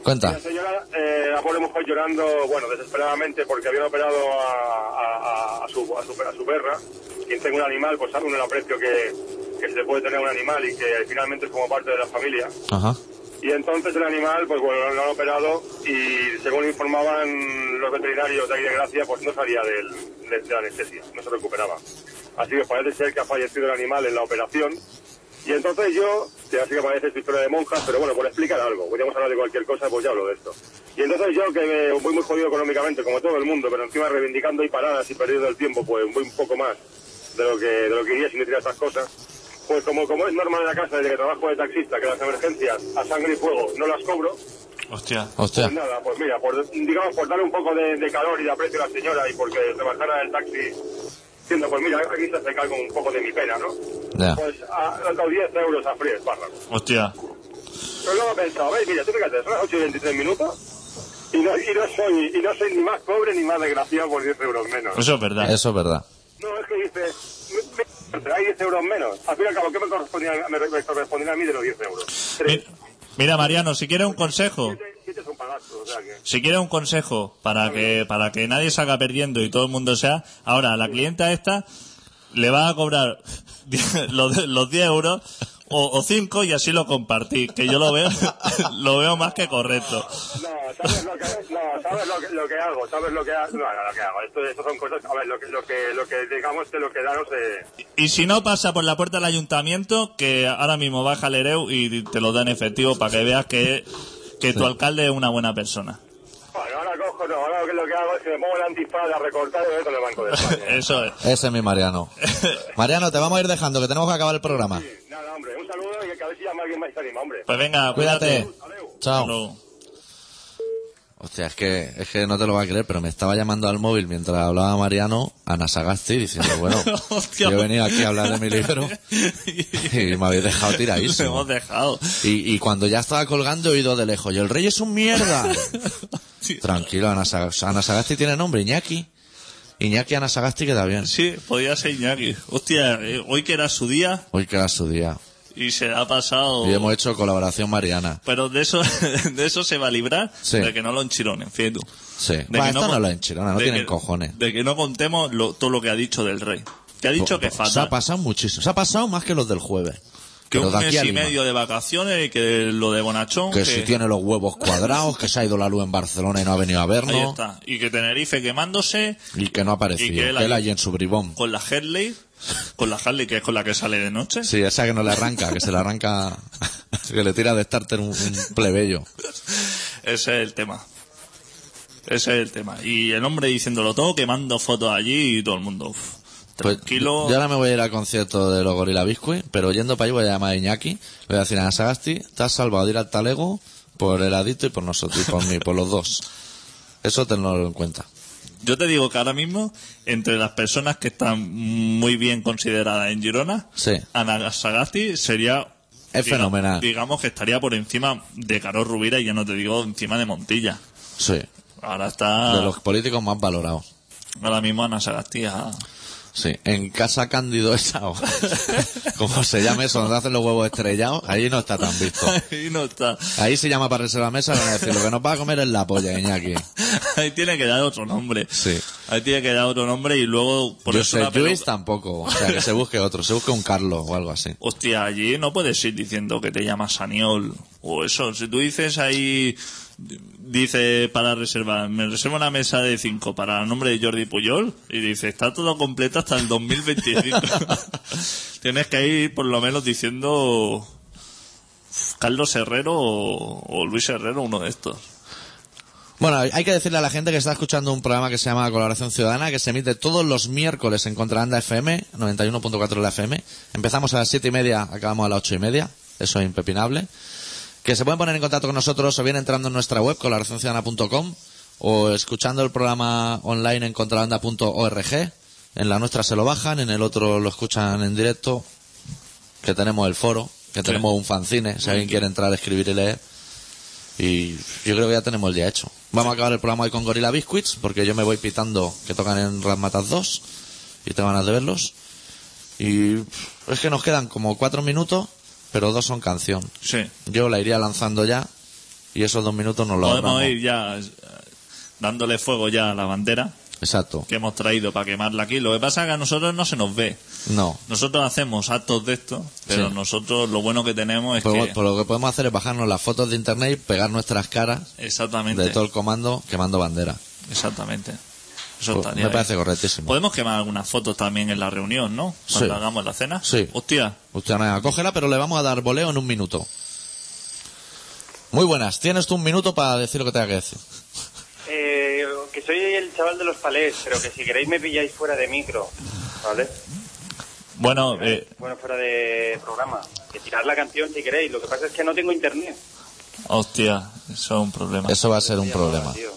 Speaker 1: Cuenta.
Speaker 3: La señora, eh, la pobre mujer llorando, bueno, desesperadamente porque habían operado a, a- a- a su, a, su, a su perra. Quien tenga un animal, pues sabe uno el aprecio que, que se puede tener un animal y que finalmente es como parte de la familia.
Speaker 1: Ajá.
Speaker 3: Y entonces el animal, pues bueno, lo han operado y según informaban los veterinarios de ahí de Gracia, pues no salía del, de, de la anestesia, no se recuperaba. Así que parece ser que ha fallecido el animal en la operación. Y entonces yo, que así que parece su historia de monjas, pero bueno, por explicar algo, podríamos hablar de cualquier cosa, pues ya hablo de esto. Y entonces yo, que me, voy muy jodido económicamente, como todo el mundo, pero encima reivindicando y paradas y perdiendo el tiempo, pues voy un poco más de lo que, de lo que iría sin decir estas cosas. Pues como, como es normal en la casa desde que trabajo de taxista, que las emergencias a sangre y fuego no las cobro,
Speaker 2: Hostia.
Speaker 1: Hostia.
Speaker 3: pues nada, pues mira, por, digamos por darle un poco de, de calor y de aprecio a la señora y porque se bajara del taxi diciendo, pues mira, aquí se hace cargo un poco de mi pena, ¿no?
Speaker 1: Ya.
Speaker 3: Pues a, a 10 euros a Fríes Párragos.
Speaker 2: Hostia.
Speaker 3: Pero luego he pensado, veis, mira, tú fíjate, son las 8 y 23 minutos y no, y, no soy, y no soy ni más pobre ni más desgraciado por 10 euros menos.
Speaker 2: Eso es verdad.
Speaker 1: Eso es verdad.
Speaker 3: No, es que dice, me- me- hay 10 euros menos. Al fin y al cabo, ¿qué me correspondía, me, me correspondía a mí de los 10 euros? Tres.
Speaker 2: Mi- Mira, Mariano, si quieres un consejo,
Speaker 3: Siete- siete es un palazo, o sea que-
Speaker 2: si quieres un consejo para que, para que nadie salga perdiendo y todo el mundo sea, ahora la clienta esta le va a cobrar die- los, de- los 10 euros o 5 y así lo compartís, que yo lo veo, lo veo más que correcto.
Speaker 3: No, sabes lo que, no, sabes lo que, lo que hago, sabes lo que hago. No, no, lo que hago. Esto, esto son cosas, a ver, lo que, lo que, lo que digamos que lo que da no sé.
Speaker 2: Y si no, pasa por la puerta del ayuntamiento, que ahora mismo baja el Ereu y te lo da en efectivo para que veas que, que tu alcalde es una buena persona.
Speaker 3: Bueno, ahora cojo, no, ahora lo que hago es que me pongo el antifaz a recortar y lo meto en el Banco de España.
Speaker 2: Eso es.
Speaker 1: Ese es mi Mariano. Mariano, te vamos a ir dejando, que tenemos que acabar el programa.
Speaker 3: Nada, hombre, un saludo y que a ver si llama alguien más y se anima, hombre.
Speaker 2: Pues venga, cuídate.
Speaker 1: Cuídate. Chao.
Speaker 2: Luego.
Speaker 1: Hostia, es que, es que no te lo vas a creer, pero me estaba llamando al móvil mientras hablaba Mariano a Nasagasti diciendo, bueno,
Speaker 2: Hostia.
Speaker 1: yo he venido aquí a hablar de mi libro y me habéis dejado
Speaker 2: Nos
Speaker 1: tiradísimo.
Speaker 2: hemos dejado.
Speaker 1: Y, y cuando ya estaba colgando he oído de lejos, yo el rey es un mierda.
Speaker 2: Sí.
Speaker 1: Tranquilo, Ana, Sa- Ana Sagasti tiene nombre, Iñaki. Iñaki Ana Sagasti queda bien.
Speaker 2: Sí, podía ser Iñaki. Hostia, eh, hoy que era su día
Speaker 1: Hoy queda su día.
Speaker 2: y se ha pasado.
Speaker 1: Y hemos hecho colaboración mariana.
Speaker 2: Pero de eso, de eso se va a librar,
Speaker 1: Sí.
Speaker 2: de que no lo enchironen, fíjate tú.
Speaker 1: Sí.
Speaker 2: De
Speaker 1: Va,
Speaker 2: que
Speaker 1: esto
Speaker 2: con-
Speaker 1: no lo enchirona, no
Speaker 2: de
Speaker 1: tienen
Speaker 2: que-
Speaker 1: cojones.
Speaker 2: De que no contemos lo- todo lo que ha dicho del rey. Que ha dicho que es
Speaker 1: Se ha
Speaker 2: fatal.
Speaker 1: pasado muchísimo. Se ha pasado más que los del jueves.
Speaker 2: Que
Speaker 1: Pero
Speaker 2: un
Speaker 1: de aquí
Speaker 2: mes
Speaker 1: a
Speaker 2: y
Speaker 1: Lima.
Speaker 2: medio de vacaciones y que lo de Bonachón.
Speaker 1: Que si tiene los huevos cuadrados, que se ha ido la luz en Barcelona y no ha venido a
Speaker 2: Ahí
Speaker 1: vernos.
Speaker 2: está. Y que Tenerife quemándose
Speaker 1: Y que no ha aparecido.
Speaker 2: Y
Speaker 1: que él allí en su bribón.
Speaker 2: con la Harley. Con la Harley, que es con la que sale de noche.
Speaker 1: Sí, esa que no le arranca, que se le arranca, que le tira de starter un, un plebeyo.
Speaker 2: Ese es el tema. Ese es el tema. Y el hombre diciéndolo todo, quemando fotos allí y todo el mundo. uf,
Speaker 1: Pues,
Speaker 2: tranquilo.
Speaker 1: Yo ahora me voy a ir al concierto de los Gorila Biscuit, pero yendo para allí voy a llamar a Iñaki, le voy a decir a Sagasti, te has salvado de ir al talego por el adicto y por nosotros, y por mí, por los dos. Eso tenlo en cuenta.
Speaker 2: Yo te digo que ahora mismo, entre las personas que están muy bien consideradas en Girona,
Speaker 1: Sí.
Speaker 2: Ana Sagasti sería.
Speaker 1: Es
Speaker 2: diga-
Speaker 1: fenomenal.
Speaker 2: Digamos que estaría por encima de Carol Rubira y ya no te digo encima de Montilla.
Speaker 1: Sí. De
Speaker 2: Ahora está.
Speaker 1: los políticos más valorados.
Speaker 2: Ahora mismo Ana Sagasti. a-
Speaker 1: Sí. En Casa Cándido esa, o como se llame eso, donde hacen los huevos estrellados, ahí no está tan visto.
Speaker 2: Ahí no está.
Speaker 1: Ahí se llama para reservar mesa y van a decir, lo que nos va a comer es la polla, Iñaki.
Speaker 2: Ahí tiene que dar otro nombre.
Speaker 1: Sí.
Speaker 2: Ahí tiene que dar otro nombre y luego. Por
Speaker 1: Yo
Speaker 2: eso
Speaker 1: sé,
Speaker 2: una pelu-
Speaker 1: Luis tampoco. O sea, que se busque otro, se busque un Carlos o algo así.
Speaker 2: Hostia, allí no puedes ir diciendo que te llamas Aniol o eso. Si tú dices ahí, dice para reservar, me reservo una mesa de cinco para el nombre de Jordi Puyol y dice, está todo completo hasta el 2025. Tienes que ir por lo menos diciendo uf, Carlos Herrero o, o Luis Herrero, uno de estos.
Speaker 1: Bueno, hay que decirle a la gente que está escuchando un programa que se llama Colaboración Ciudadana, que se emite todos los miércoles en Contraanda FM, 91.4 de la FM. Empezamos a las 7 y media, acabamos a las 8 y media. Eso es impepinable. Que se pueden poner en contacto con nosotros o bien entrando en nuestra web, colaboracionciudadana.com, o escuchando el programa online en contrabanda.org. En la nuestra se lo bajan, en el otro lo escuchan en directo, que tenemos el foro, que tenemos un fanzine, si alguien quiere entrar, escribir y leer. Y yo creo que ya tenemos el día hecho. Vamos a acabar el programa hoy con Gorilla Biscuits, porque yo me voy pitando que tocan en Rasmatas 2 y tengo ganas de verlos. Y pff, es que nos quedan como cuatro minutos, pero dos son canción.
Speaker 2: Sí.
Speaker 1: Yo la iría lanzando ya y esos dos minutos nos los
Speaker 2: Podemos
Speaker 1: ahorramos.
Speaker 2: ir ya eh, dándole fuego ya a la bandera
Speaker 1: Exacto.
Speaker 2: que hemos traído para quemarla aquí. Lo que pasa es que a nosotros no se nos ve.
Speaker 1: No.
Speaker 2: Nosotros hacemos actos de esto, pero
Speaker 1: Sí. Pues
Speaker 2: nosotros lo bueno que tenemos es
Speaker 1: Podemos-
Speaker 2: que...
Speaker 1: por lo que podemos hacer es bajarnos las fotos de internet y pegar nuestras caras
Speaker 2: Exactamente.
Speaker 1: de todo el comando quemando bandera.
Speaker 2: Exactamente. Eso
Speaker 1: Pues,
Speaker 2: estaría
Speaker 1: me
Speaker 2: ahí.
Speaker 1: parece correctísimo.
Speaker 2: Podemos quemar algunas fotos también en la reunión, ¿no? Cuando
Speaker 1: Sí.
Speaker 2: hagamos la cena.
Speaker 1: Sí.
Speaker 2: Hostia,
Speaker 1: Usted nada, cógela, pero le vamos a dar voleo en un minuto. Muy buenas. Tienes tú un minuto para decir lo que tenga que decir.
Speaker 7: Eh, que soy el chaval de los palés, pero que si queréis me pilláis fuera de micro, ¿vale?
Speaker 2: bueno, eh,
Speaker 7: Bueno, fuera de programa. Que tirad la canción si queréis. Lo que pasa es que no tengo internet.
Speaker 2: hostia, eso es un problema. Pues,
Speaker 1: Eso va a ser un problema.
Speaker 7: Tío.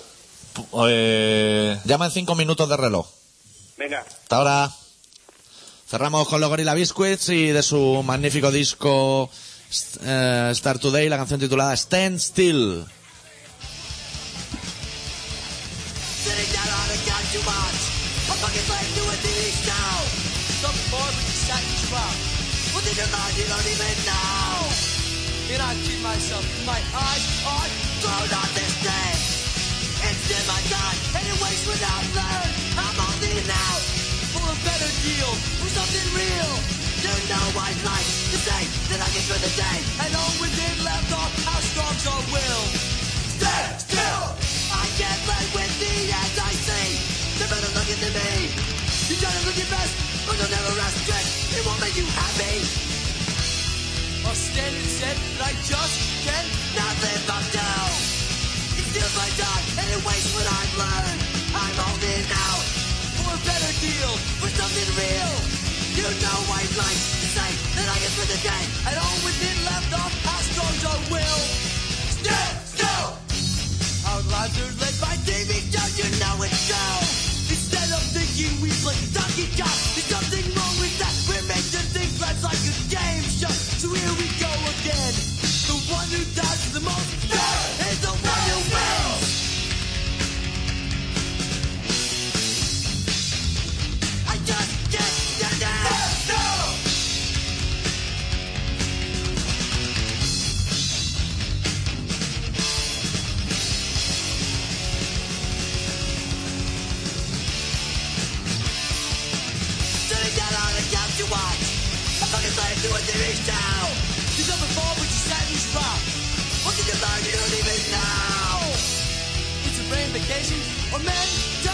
Speaker 2: Eh,
Speaker 1: Llama en cinco minutos de reloj.
Speaker 7: Venga,
Speaker 1: Hasta ahora. Cerramos con los Gorilla Biscuits y de su magnífico disco eh, Star Today, la canción titulada Stand Still.
Speaker 4: Sitting down on a gun too much. A fucking slave to a TV show. Some boy with a satin truck. What did you mind? You don't even know. And I keep myself, my eyes on glued on this thing. It's in my gut, and it waits without learn. I'm only now for a better deal, for something real. You know I'd like to say that I can spend the day alone within left off. How strong's our will? Stand still! I can't play with the as I see. They better look into me. You try to look your best, but they'll never rest good. It won't make you happy. I'll stand and said that I just cannot live up to.
Speaker 8: and real. You know I'd like to say that I am for the day, and all within left off Astros I will. Still, still. Our lives are led by TV, don't you know it now? Instead of thinking we play Donkey Kong, there's something wrong with that. We're made to think life's like a game show, so here we go again. The one who dies the most is the one who wins. I just can't stand it. Sitting down on the couch to watch a fucking life through a TV show. You don't perform what you said you from. What did you learn you don't even know? It's a brain vacation or mental